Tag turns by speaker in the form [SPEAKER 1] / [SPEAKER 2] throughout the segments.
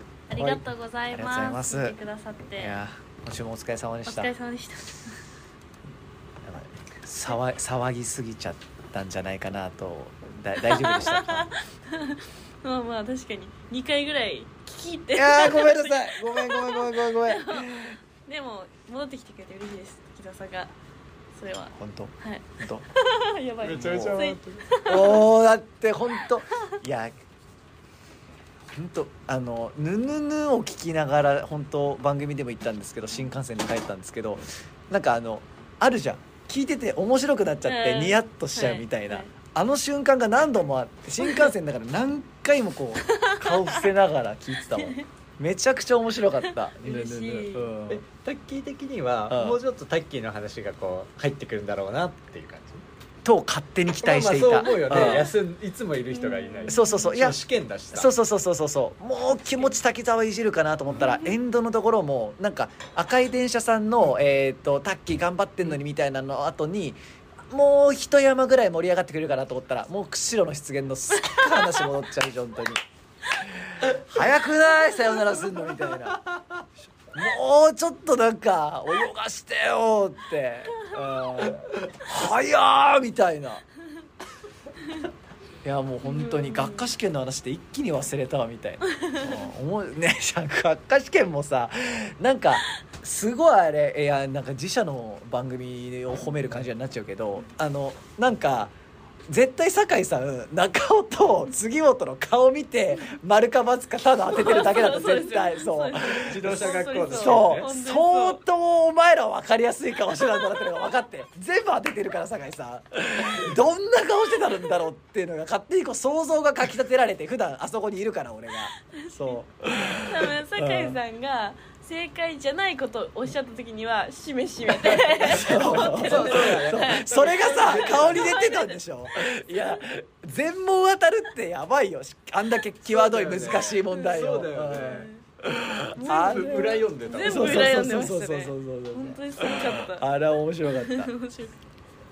[SPEAKER 1] りがとうござい
[SPEAKER 2] はいありがとうござい
[SPEAKER 1] ま。
[SPEAKER 2] ますす
[SPEAKER 1] 聞いてくださって。
[SPEAKER 2] いやー今週もお疲れ様で
[SPEAKER 1] お
[SPEAKER 2] した
[SPEAKER 1] 疲れ様でした。
[SPEAKER 2] やばい騒騒ぎすぎちゃったんじゃないかなと だ大丈夫でした
[SPEAKER 1] まあまあ確かに二回ぐらい聞き入って。
[SPEAKER 2] いやーごめんなさいごめんごめんごめんごめんごめん
[SPEAKER 1] でも戻ってきてくれて嬉しいです。木田さんがそれは
[SPEAKER 2] 本当
[SPEAKER 1] はい。
[SPEAKER 2] 本
[SPEAKER 1] やばい。
[SPEAKER 2] めちゃめちゃ
[SPEAKER 1] つい
[SPEAKER 2] 当おおだって本当いや本当あの「ぬぬぬ」を聞きながら本当番組でも行ったんですけど新幹線で帰ったんですけどなんかあのあるじゃん聞いてて面白くなっちゃって
[SPEAKER 1] うん
[SPEAKER 2] ニヤッとしちゃうみたい
[SPEAKER 1] はい
[SPEAKER 2] な、
[SPEAKER 1] はい
[SPEAKER 2] あの瞬間が何度もあって新幹線だから何回もこ う顔伏せながら聞いてたもんめちゃくちゃ面白かった
[SPEAKER 1] 嬉しい
[SPEAKER 2] うん
[SPEAKER 3] えタッキー的には
[SPEAKER 2] うん
[SPEAKER 3] もうちょっとタッキーの話がこう入ってくるんだろうなっていう感じ
[SPEAKER 2] と勝手に期待していた、
[SPEAKER 3] まあまあそう思うよ
[SPEAKER 2] うん
[SPEAKER 3] ね休んいつもいる人がいない
[SPEAKER 2] そうそうそうい
[SPEAKER 3] い
[SPEAKER 2] や
[SPEAKER 3] や試験だしさ
[SPEAKER 2] そうそうそうそうそうそうもう気持ち滝沢いじるかなと思ったらエンドのところもなんか赤い電車さんの、えー、とタッキー頑張ってんのにみたいなの後にもう一山ぐらい盛り上がってくれるかなと思ったらもう釧路の出現のすっか話戻っちゃう本当に早くないさよならすんのみたいなもうちょっとなんか泳がしてよって、うん、早ーみたいないやもう本当に学科試験の話で一気に忘れたわみたいなうん思うね学科試験もさなんかすごいあれいやなんか自社の番組を褒める感じになっちゃうけどあのなんか絶対酒井さん中尾と杉本の顔見て丸か×かただ当ててるだけだった
[SPEAKER 1] そうです
[SPEAKER 2] 絶対そう
[SPEAKER 1] そうです
[SPEAKER 3] 自動車学校の
[SPEAKER 2] そ
[SPEAKER 1] 本当
[SPEAKER 2] う
[SPEAKER 1] に
[SPEAKER 2] 相当お前ら分かりやすい顔してたんだなってのが分かって全部当ててるから酒井さんどんな顔してたんだろうっていうのが勝手にこう想像がかきたてられて普段あそこにいるから俺がそう
[SPEAKER 1] 多 分酒井さんが正解じゃないことをおっしゃった時にはしめしめ て思ってるんですよはい
[SPEAKER 2] それがさ顔に出てたんでしょいや全問当たるってやばいよしあんだけ際どい難しい問題を
[SPEAKER 3] そうだよね
[SPEAKER 2] うんあ
[SPEAKER 3] 全部裏読んでた
[SPEAKER 1] 全
[SPEAKER 2] そ
[SPEAKER 1] 部
[SPEAKER 2] う
[SPEAKER 1] 裏読んでましたね
[SPEAKER 2] そうそうそうそうそう
[SPEAKER 1] 本当にすごかった
[SPEAKER 2] あれは面白かった
[SPEAKER 1] 面白い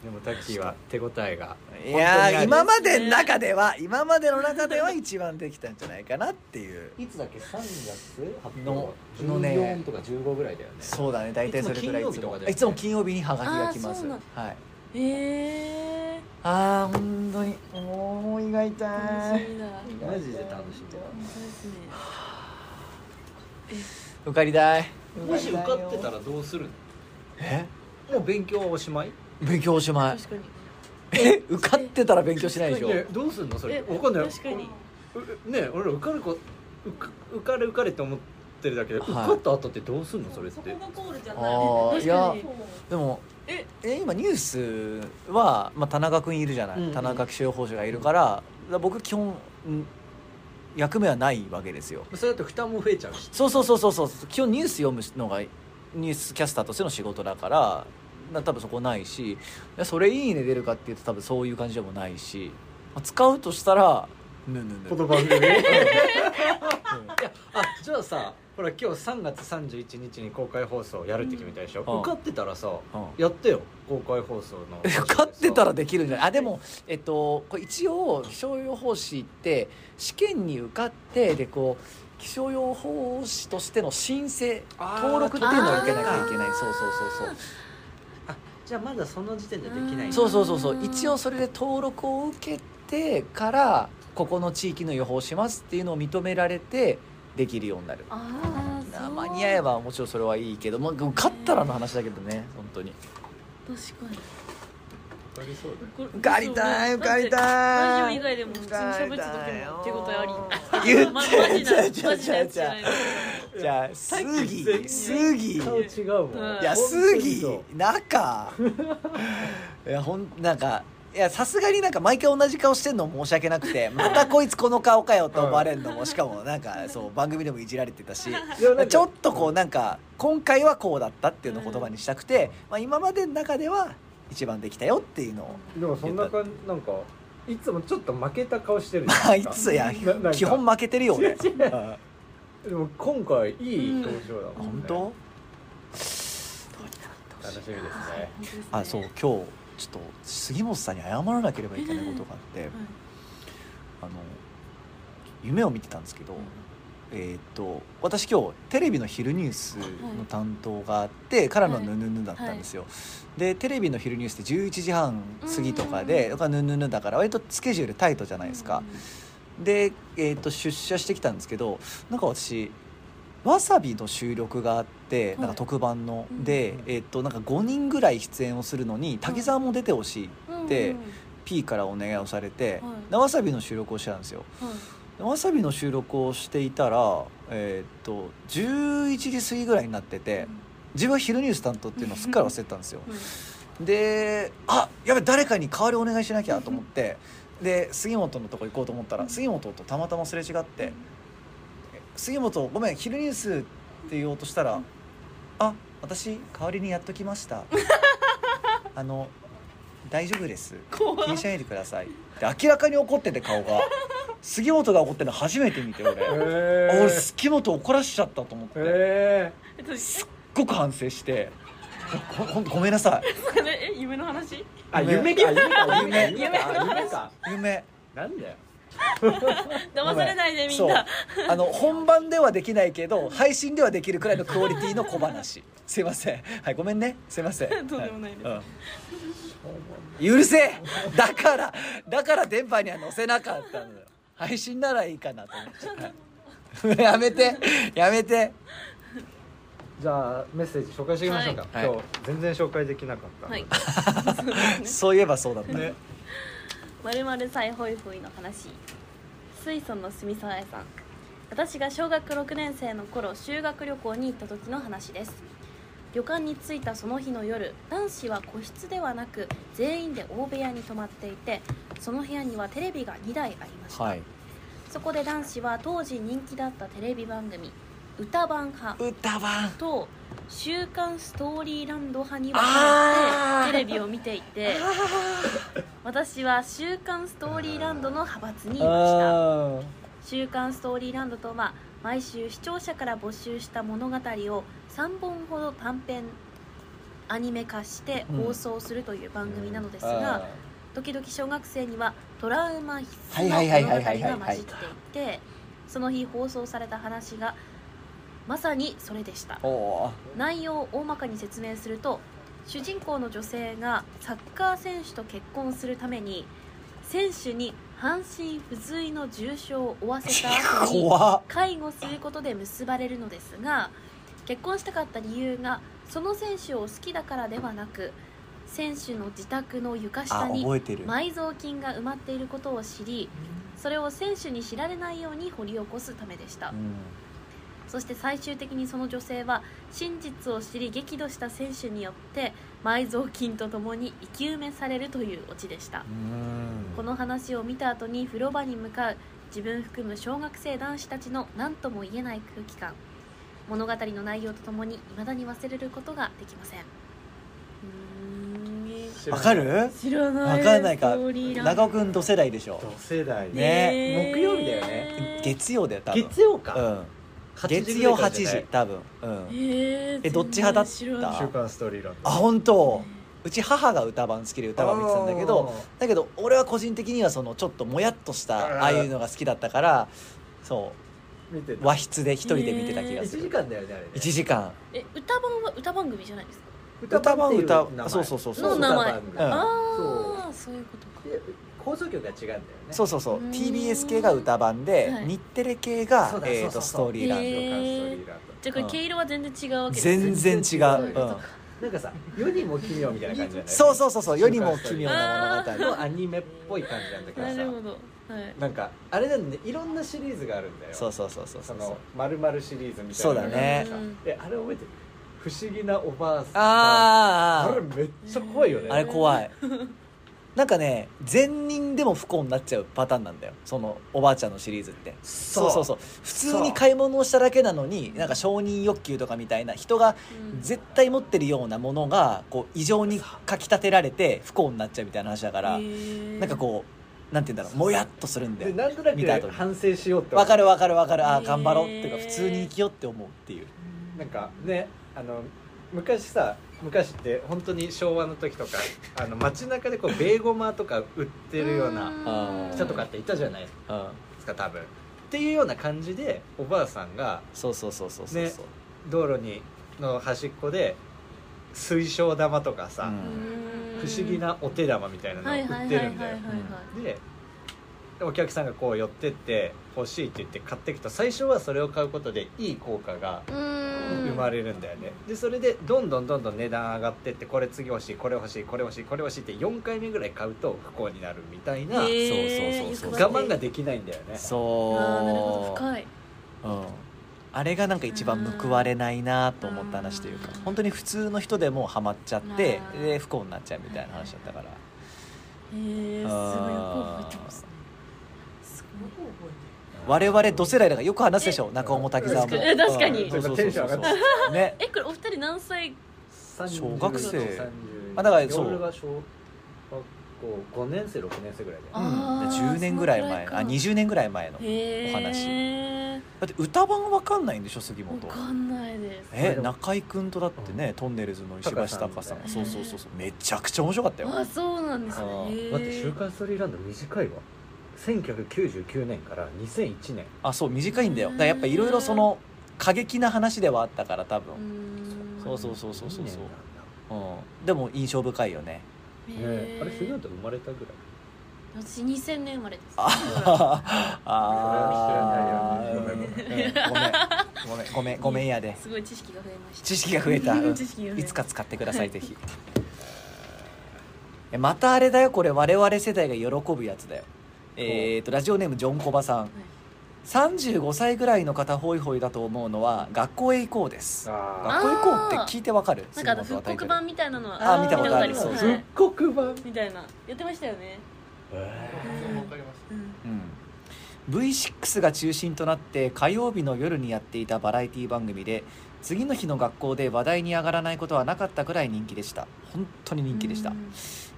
[SPEAKER 3] でもタッキーは手応えが
[SPEAKER 2] いや
[SPEAKER 3] 本当にあ
[SPEAKER 2] ー
[SPEAKER 3] る
[SPEAKER 2] 今までの中では今までの中では一番できたんじゃないかなっていう
[SPEAKER 3] いつだっけ3月
[SPEAKER 2] の
[SPEAKER 3] の
[SPEAKER 2] のね
[SPEAKER 3] 14とか15ぐらいだよね
[SPEAKER 2] そうだね大体それぐらいい
[SPEAKER 3] いつも金曜
[SPEAKER 2] つ
[SPEAKER 3] 日と
[SPEAKER 2] も
[SPEAKER 3] かだよね
[SPEAKER 2] いつも金曜日にハガキが来ま
[SPEAKER 1] あー
[SPEAKER 2] す
[SPEAKER 1] そう
[SPEAKER 2] は
[SPEAKER 1] なん
[SPEAKER 2] い
[SPEAKER 1] ええ
[SPEAKER 2] ああ本当にもう胃が痛
[SPEAKER 1] 楽
[SPEAKER 2] い
[SPEAKER 1] しみだ本
[SPEAKER 3] マジで楽しみだ
[SPEAKER 1] 当ですね
[SPEAKER 2] 受かりたい
[SPEAKER 3] もし受かってた
[SPEAKER 2] ら
[SPEAKER 3] らどうする
[SPEAKER 2] え
[SPEAKER 3] のもう勉強はおしまい
[SPEAKER 2] 勉強おしまい
[SPEAKER 1] 確かに
[SPEAKER 2] え受かってたら勉強しないでしょ
[SPEAKER 3] ねどうすんのそれ
[SPEAKER 1] え
[SPEAKER 3] わかんない
[SPEAKER 1] 確かに
[SPEAKER 3] うね俺ら受かるか受か受かる受かれって思ってるだけで、
[SPEAKER 2] はい
[SPEAKER 3] 受かった後ってどうすんのそれっ
[SPEAKER 4] そ
[SPEAKER 3] て
[SPEAKER 4] こがゴールじゃない
[SPEAKER 2] ああい
[SPEAKER 1] 確
[SPEAKER 2] や
[SPEAKER 1] かに
[SPEAKER 2] でも
[SPEAKER 1] え
[SPEAKER 2] え今ニュースは、まあ、田中君いるじゃない、
[SPEAKER 3] うんうん
[SPEAKER 2] 田中気象予報士がいるからだから僕基本ん役目はないわけですよ
[SPEAKER 3] それだと負担も増えちゃうし
[SPEAKER 2] そうそうそうそうそう基本ニュース読むのがニュースキャスターとしての仕事だからな多分そこないしでそれいいね出るかっていうと多分そういう感じでもないしまあ使うとしたらぬぬぬ
[SPEAKER 3] 番組いやあじゃあさほら今日3月31日に公開放送やるって決めたでしょ、
[SPEAKER 2] うん
[SPEAKER 3] 受かってたらさ、
[SPEAKER 2] ん
[SPEAKER 3] やってよ公開放送の
[SPEAKER 2] 受かってたらできるんじゃないあでも、えっと、これ一応気象予報士って試験に受かってでこう気象予報士としての申請
[SPEAKER 3] あー
[SPEAKER 2] 登録っていうのを受けなきゃいけない
[SPEAKER 1] あー
[SPEAKER 2] そうそうそうそう
[SPEAKER 3] じゃあまだその時点でできない
[SPEAKER 2] そうそうそうそう
[SPEAKER 1] うん
[SPEAKER 2] 一応それで登録を受けてからここの地域の予報しますっていうのを認められてできるようになる
[SPEAKER 1] ああそう
[SPEAKER 2] 間に合えばもちろんそれはいいけど、まあ、受かったらの話だけどね本当に
[SPEAKER 1] 確かに
[SPEAKER 3] ありそう
[SPEAKER 1] これ
[SPEAKER 2] 受かりたい
[SPEAKER 1] そう
[SPEAKER 2] 受かり
[SPEAKER 1] ラ
[SPEAKER 2] た
[SPEAKER 1] ジオ
[SPEAKER 2] い
[SPEAKER 1] 以外でも普通に喋ってた時も手応えあり
[SPEAKER 2] 言っ
[SPEAKER 1] ま
[SPEAKER 2] て
[SPEAKER 1] マジなマ
[SPEAKER 2] ちゃう
[SPEAKER 1] ジなやつじゃない
[SPEAKER 2] じゃあスギスギい
[SPEAKER 3] だよ違うもん、
[SPEAKER 1] うん
[SPEAKER 2] や
[SPEAKER 3] 本
[SPEAKER 2] ス
[SPEAKER 3] 当に
[SPEAKER 2] ギ
[SPEAKER 3] そう
[SPEAKER 2] 中 いやほんなんかいやさすがになんか毎回同じ顔してんの申し訳なくてまたこいつこの顔かよと思われるのもしかもなんかそう番組でもいじられてたし
[SPEAKER 3] いやなんか
[SPEAKER 2] ちょっとこうなんか今回はこうだったっていうのを言葉にしたくて、まあ、今までの中では一番できたよっていうのを
[SPEAKER 3] でもそんな感じなんかいつもちょっと負けた顔してるじ ゃ
[SPEAKER 2] まあ
[SPEAKER 3] ん
[SPEAKER 2] いつや
[SPEAKER 3] ななんか
[SPEAKER 2] 基本負けてるよ俺
[SPEAKER 3] 違う違う
[SPEAKER 2] あ
[SPEAKER 3] でも今回いい表情だもん
[SPEAKER 2] 本
[SPEAKER 3] ね、
[SPEAKER 2] 当
[SPEAKER 3] 楽しみですね
[SPEAKER 2] あそう今日ちょっと杉本さんに謝らなければいけないことがあってあの夢を見てたんですけどえーっと私今日テレビの昼ニュースの担当があって、からのヌヌヌだったんですよ、でテレビの昼ニュースって11時半過ぎとか
[SPEAKER 1] うんうんう
[SPEAKER 2] で
[SPEAKER 1] ん
[SPEAKER 2] だからヌヌヌだから割とスケジュールタイトじゃないですか、で、えーっと出社してきたんですけどなんか私わさびの収録があって
[SPEAKER 1] い
[SPEAKER 2] なんか特番の、
[SPEAKER 1] うん
[SPEAKER 2] で、えーっとなんか5人ぐらい出演をするのに滝沢も出てほしい、
[SPEAKER 1] うん
[SPEAKER 2] で
[SPEAKER 1] うん
[SPEAKER 2] P からお願いをされて、
[SPEAKER 1] はい
[SPEAKER 2] でわさびの収録をしてたんですよわさびの収録をしていたら、えーっと11時過ぎぐらいになってて自分は昼ニュース担当っていうのをすっかり忘れてたんですよ
[SPEAKER 1] うん
[SPEAKER 2] であやべ誰かに代わりお願いしなきゃと思ってで杉本のとこ行こうと思ったら杉本とたまたますれ違って「杉本ごめん昼ニュース」って言おうとしたら「あ私代わりにやっとき ました」「あの大丈夫です」
[SPEAKER 1] 怖
[SPEAKER 2] 気
[SPEAKER 1] い
[SPEAKER 2] にしないでくださいで明らかに怒ってて顔が杉本が怒ってるの初めて見て俺、あ
[SPEAKER 3] え
[SPEAKER 2] 俺杉本怒らしちゃったと思って、
[SPEAKER 3] え
[SPEAKER 1] そ
[SPEAKER 2] すっごく反省してほほんとごめんなさ
[SPEAKER 1] れえ 夢の話
[SPEAKER 3] ー、あ夢か夢か夢か
[SPEAKER 2] 夢
[SPEAKER 3] 夢か夢か
[SPEAKER 2] い夢
[SPEAKER 3] なんだよ
[SPEAKER 1] 騙されないでみんな
[SPEAKER 2] そうあの本番ではできないけど配信ではできるくらいのクオリティの 小話すいませんはいごめんねすいません
[SPEAKER 1] とんでもないです
[SPEAKER 2] はうん、許せだからだから電波には載せなかったのよ配信ならいいかなと思って やめてやめて
[SPEAKER 3] じゃあメッセージ紹介していきましょうか、
[SPEAKER 2] はい
[SPEAKER 3] 今日全然紹介できなかっ た、
[SPEAKER 1] はい
[SPEAKER 2] そういえばそうだったね
[SPEAKER 3] ね
[SPEAKER 1] まるまるさいホイホイの話水素の住沢屋さん私が小学6年生の頃修学旅行に行った時の話です旅館に着いたその日の夜男子は個室ではなく全員で大部屋に泊まっていてその部屋にはテレビが2台ありました、
[SPEAKER 2] はい
[SPEAKER 1] そこで男子は当時人気だったテレビ番組「歌番派
[SPEAKER 2] 歌版」
[SPEAKER 1] と「週刊ストーリーランド派」に分か
[SPEAKER 2] あー
[SPEAKER 1] れてテレビを見ていて私は「週刊ストーリーランド」の派閥にいました
[SPEAKER 2] あ
[SPEAKER 1] 「週刊ストーリーランド」とは毎週視聴者から募集した物語を3本ほど短編アニメ化して放送するという番組なのですが、時々小学生にはトラウマ必須の
[SPEAKER 2] はいはい
[SPEAKER 1] 物語
[SPEAKER 2] はいはいはいはい
[SPEAKER 1] が混じっていてその日放送された話がまさにそれでした
[SPEAKER 2] ーお
[SPEAKER 1] 内容を大まかに説明すると主人公の女性がサッカー選手と結婚するために選手に半身不随の重傷を負わせた
[SPEAKER 2] ー
[SPEAKER 1] 後に
[SPEAKER 2] 怖っ
[SPEAKER 1] 介護することで結ばれるのですが結婚したかった理由がその選手を好きだからではなく選手の自宅の床
[SPEAKER 2] あ
[SPEAKER 1] 下に
[SPEAKER 2] 覚えてる
[SPEAKER 1] 埋蔵金が埋まっていることを知りそれを選手に知られないように掘り起こすためでした
[SPEAKER 2] うん
[SPEAKER 1] そして最終的にその女性は真実を知り激怒した選手によって埋蔵金とともに生き埋めされるというオチでした
[SPEAKER 2] うん
[SPEAKER 1] この話を見た後に風呂場に向かう自分含む小学生男子たちの何とも言えない空気感物語の内容とともに未だに忘れることができませんうーん
[SPEAKER 3] 知ら
[SPEAKER 2] わ
[SPEAKER 3] ない
[SPEAKER 2] かる
[SPEAKER 1] 知らない
[SPEAKER 2] わかんないか
[SPEAKER 1] ストーリーラン
[SPEAKER 2] 長尾君同世代でしょ
[SPEAKER 3] 同世代
[SPEAKER 2] ね
[SPEAKER 3] え木曜日だよね
[SPEAKER 2] 月曜だよ多分
[SPEAKER 3] 月曜
[SPEAKER 2] う
[SPEAKER 3] か、
[SPEAKER 2] ん
[SPEAKER 3] 8時
[SPEAKER 2] 月曜
[SPEAKER 3] ぐら
[SPEAKER 2] 8
[SPEAKER 3] いからじゃない
[SPEAKER 2] 時多分うん
[SPEAKER 1] え
[SPEAKER 2] えどっち派だった
[SPEAKER 3] 週刊ストーリーランド
[SPEAKER 2] あ本当うち母が歌番好きで歌番見てたんだけどだけど俺は個人的にはそのちょっともやっとした
[SPEAKER 3] うん
[SPEAKER 2] ああいうのが好きだったからそ
[SPEAKER 3] 見て
[SPEAKER 2] う
[SPEAKER 3] た
[SPEAKER 2] 和室で一人で見てた気がす
[SPEAKER 3] 1時
[SPEAKER 2] る
[SPEAKER 3] 間だよねあれね
[SPEAKER 2] 1時間
[SPEAKER 1] え歌番は歌番組じゃないですか
[SPEAKER 2] 歌番
[SPEAKER 3] っていう
[SPEAKER 2] 歌
[SPEAKER 3] 名前
[SPEAKER 2] そうそうそう
[SPEAKER 1] の
[SPEAKER 2] そう
[SPEAKER 1] 名前
[SPEAKER 3] 歌番
[SPEAKER 2] うん
[SPEAKER 3] が
[SPEAKER 1] ああそういうことか
[SPEAKER 3] で放送局が違うんだよね
[SPEAKER 2] そう
[SPEAKER 3] う
[SPEAKER 2] そうそう
[SPEAKER 1] うーん
[SPEAKER 2] TBS 系が歌番で
[SPEAKER 1] はい
[SPEAKER 2] 日テレ系が
[SPEAKER 3] そうだ
[SPEAKER 2] え
[SPEAKER 3] そ
[SPEAKER 2] ー
[SPEAKER 3] うそ
[SPEAKER 2] と
[SPEAKER 3] うそう
[SPEAKER 2] ストーリーラン
[SPEAKER 1] へー
[SPEAKER 2] ド
[SPEAKER 1] じゃあこれ毛色は全然違うわけですね
[SPEAKER 2] 全然違
[SPEAKER 3] そういう
[SPEAKER 2] う
[SPEAKER 3] こ
[SPEAKER 2] うん
[SPEAKER 3] となんかさ世にも奇妙みたいな感じじゃない
[SPEAKER 2] そうそうそうそう世にも奇妙
[SPEAKER 1] あ
[SPEAKER 2] な
[SPEAKER 1] ー
[SPEAKER 2] 物語
[SPEAKER 3] のアニメっぽい感じなんだけど
[SPEAKER 1] な
[SPEAKER 3] さ
[SPEAKER 1] るほどはい
[SPEAKER 3] なんかあれなんでいろんなシリーズがあるんだよ
[SPEAKER 2] そうそうそうそうそ
[SPEAKER 3] そうのまるまるシリーズみたいな
[SPEAKER 2] そうだね
[SPEAKER 3] のがあって
[SPEAKER 1] うん
[SPEAKER 3] さえあれ覚えてる不思議なおばあさん
[SPEAKER 2] あ
[SPEAKER 3] あれ
[SPEAKER 2] ー
[SPEAKER 3] めっちゃ怖いよね
[SPEAKER 2] あれ怖いなんかね善人でも不幸になっちゃうパターンなんだよそのおばあちゃんのシリーズってそうそうそう普通に買い物をしただけなのになんか承認欲求とかみたいな人が
[SPEAKER 1] うん
[SPEAKER 2] 絶対持ってるようなものがこう異常にかきたてられて不幸になっちゃうみたいな話だから
[SPEAKER 1] へー
[SPEAKER 2] なんかこうなんて言うんだろうもやっとするんだ
[SPEAKER 3] で
[SPEAKER 2] よ
[SPEAKER 3] なんとな
[SPEAKER 2] 見た後
[SPEAKER 3] く
[SPEAKER 2] に
[SPEAKER 3] 反省しようって
[SPEAKER 2] わかるわ
[SPEAKER 3] か
[SPEAKER 2] かるわかるああ
[SPEAKER 1] へー
[SPEAKER 2] 頑張ろうっていうか普通に生きようって思うっていう
[SPEAKER 3] なんかねあの昔さ昔って本当に昭和の時とかあの街中でこうベーゴマとか売ってるような
[SPEAKER 1] ーん
[SPEAKER 2] あー
[SPEAKER 3] 人とかっていたじゃないで
[SPEAKER 2] うん
[SPEAKER 3] すか多分っていうような感じでおばあさんが
[SPEAKER 2] そうそうそうそうそうそう、
[SPEAKER 3] 道路にの端っこで水晶玉とかさ、
[SPEAKER 1] うん
[SPEAKER 3] 不思議なお手玉みたいなのを
[SPEAKER 1] はいはいは
[SPEAKER 3] 売っ
[SPEAKER 1] い
[SPEAKER 3] て
[SPEAKER 1] はい
[SPEAKER 3] る
[SPEAKER 1] はい
[SPEAKER 3] ん
[SPEAKER 1] は
[SPEAKER 3] だ
[SPEAKER 1] い
[SPEAKER 3] よでお客さんがこう寄ってって欲しいって言って買っていくと最初はそれを買うことでいい効果が
[SPEAKER 1] うーん
[SPEAKER 3] 生まれるんだよね、でそれでどんどんどんどん値段上がってってこれ次欲しいこれ欲しいこれ欲しいこれ欲しいって4回目ぐらい買うと不幸になるみたいな、
[SPEAKER 1] へー
[SPEAKER 2] そうそうそうそう
[SPEAKER 3] 我慢ができないんだよね
[SPEAKER 2] そ
[SPEAKER 1] あ
[SPEAKER 2] う
[SPEAKER 1] ーなるほど深い
[SPEAKER 2] うん、あれがなんか一番報われないなと思った話というか
[SPEAKER 1] うん
[SPEAKER 2] 本当に普通の人でもうハマっちゃって
[SPEAKER 1] うん
[SPEAKER 2] で不幸になっちゃうみたいな話だったから
[SPEAKER 1] へえすごいよく覚えてますねす
[SPEAKER 2] 我々同世代だからよく話すでしょ中尾も滝沢も
[SPEAKER 1] 確かに確かに
[SPEAKER 2] うんそうそうそうそう
[SPEAKER 3] なんかテンション上がっちゃ
[SPEAKER 2] ね
[SPEAKER 1] ごいえこれお二人何歳
[SPEAKER 2] 小学生
[SPEAKER 3] 32
[SPEAKER 2] あだからそう
[SPEAKER 3] 俺が小学校5年生6年生ぐらいだよ
[SPEAKER 2] うん
[SPEAKER 1] あー
[SPEAKER 2] 10年ぐらい前
[SPEAKER 1] そ
[SPEAKER 2] あ
[SPEAKER 1] のくらいか
[SPEAKER 2] 20年ぐらい前のだ
[SPEAKER 1] へえ
[SPEAKER 2] お話って歌版わかんないんでしょ杉
[SPEAKER 1] わ
[SPEAKER 2] 本
[SPEAKER 1] かんないです
[SPEAKER 2] え中居君とだってねトンネルズの石橋貴さん
[SPEAKER 1] うん
[SPEAKER 2] そうそうそうそうめちゃくちゃ面白かったよ
[SPEAKER 1] あそうなんです
[SPEAKER 2] あ
[SPEAKER 1] ね
[SPEAKER 2] ー
[SPEAKER 1] へえ
[SPEAKER 3] だって「週刊ストーリーランド」短いわ1999年から2001年
[SPEAKER 2] あそう短いんだよだからやっぱいろいろその過激な話ではあったから多分
[SPEAKER 1] うーん
[SPEAKER 2] そうそうそうそうそうそう
[SPEAKER 3] いいね
[SPEAKER 2] うん、でも印象深いよね
[SPEAKER 1] へ
[SPEAKER 3] なんだね
[SPEAKER 1] え
[SPEAKER 3] えあれ杉本生まれたぐらい
[SPEAKER 1] 私2000年生まれです
[SPEAKER 2] あ
[SPEAKER 3] あ
[SPEAKER 2] あ
[SPEAKER 3] ー
[SPEAKER 2] ごめんごめんご めんごめんやです
[SPEAKER 1] ごい知識が増えました
[SPEAKER 2] 知識が増えた、うん
[SPEAKER 1] 知識が増えた
[SPEAKER 2] いつか使ってくださいぜひえまたあれだよこれ我々世代が喜ぶやつだよえー、とラジオネームジョンコバさん35歳ぐらいの方ホイホイだと思うのは学校へ行こうです
[SPEAKER 3] あ
[SPEAKER 2] 学校へ行こうって聞いてわかる
[SPEAKER 1] なんかあの
[SPEAKER 2] 杉
[SPEAKER 1] 復
[SPEAKER 2] 本
[SPEAKER 1] 刻
[SPEAKER 2] 渡辺
[SPEAKER 1] 版みたいなのは
[SPEAKER 2] あー見たことあ
[SPEAKER 1] 見
[SPEAKER 2] る
[SPEAKER 1] たことあ
[SPEAKER 2] そ
[SPEAKER 1] りますは
[SPEAKER 2] う
[SPEAKER 1] い
[SPEAKER 3] 復刻版
[SPEAKER 1] みたいなやってましたよね
[SPEAKER 4] わかりまし
[SPEAKER 1] うん
[SPEAKER 2] うん、V6 が中心となって火曜日の夜にやっていたバラエティ番組で次の日の学校で話題に上がらないことはなかったくらい人気でした本当に人気でした
[SPEAKER 1] う、ん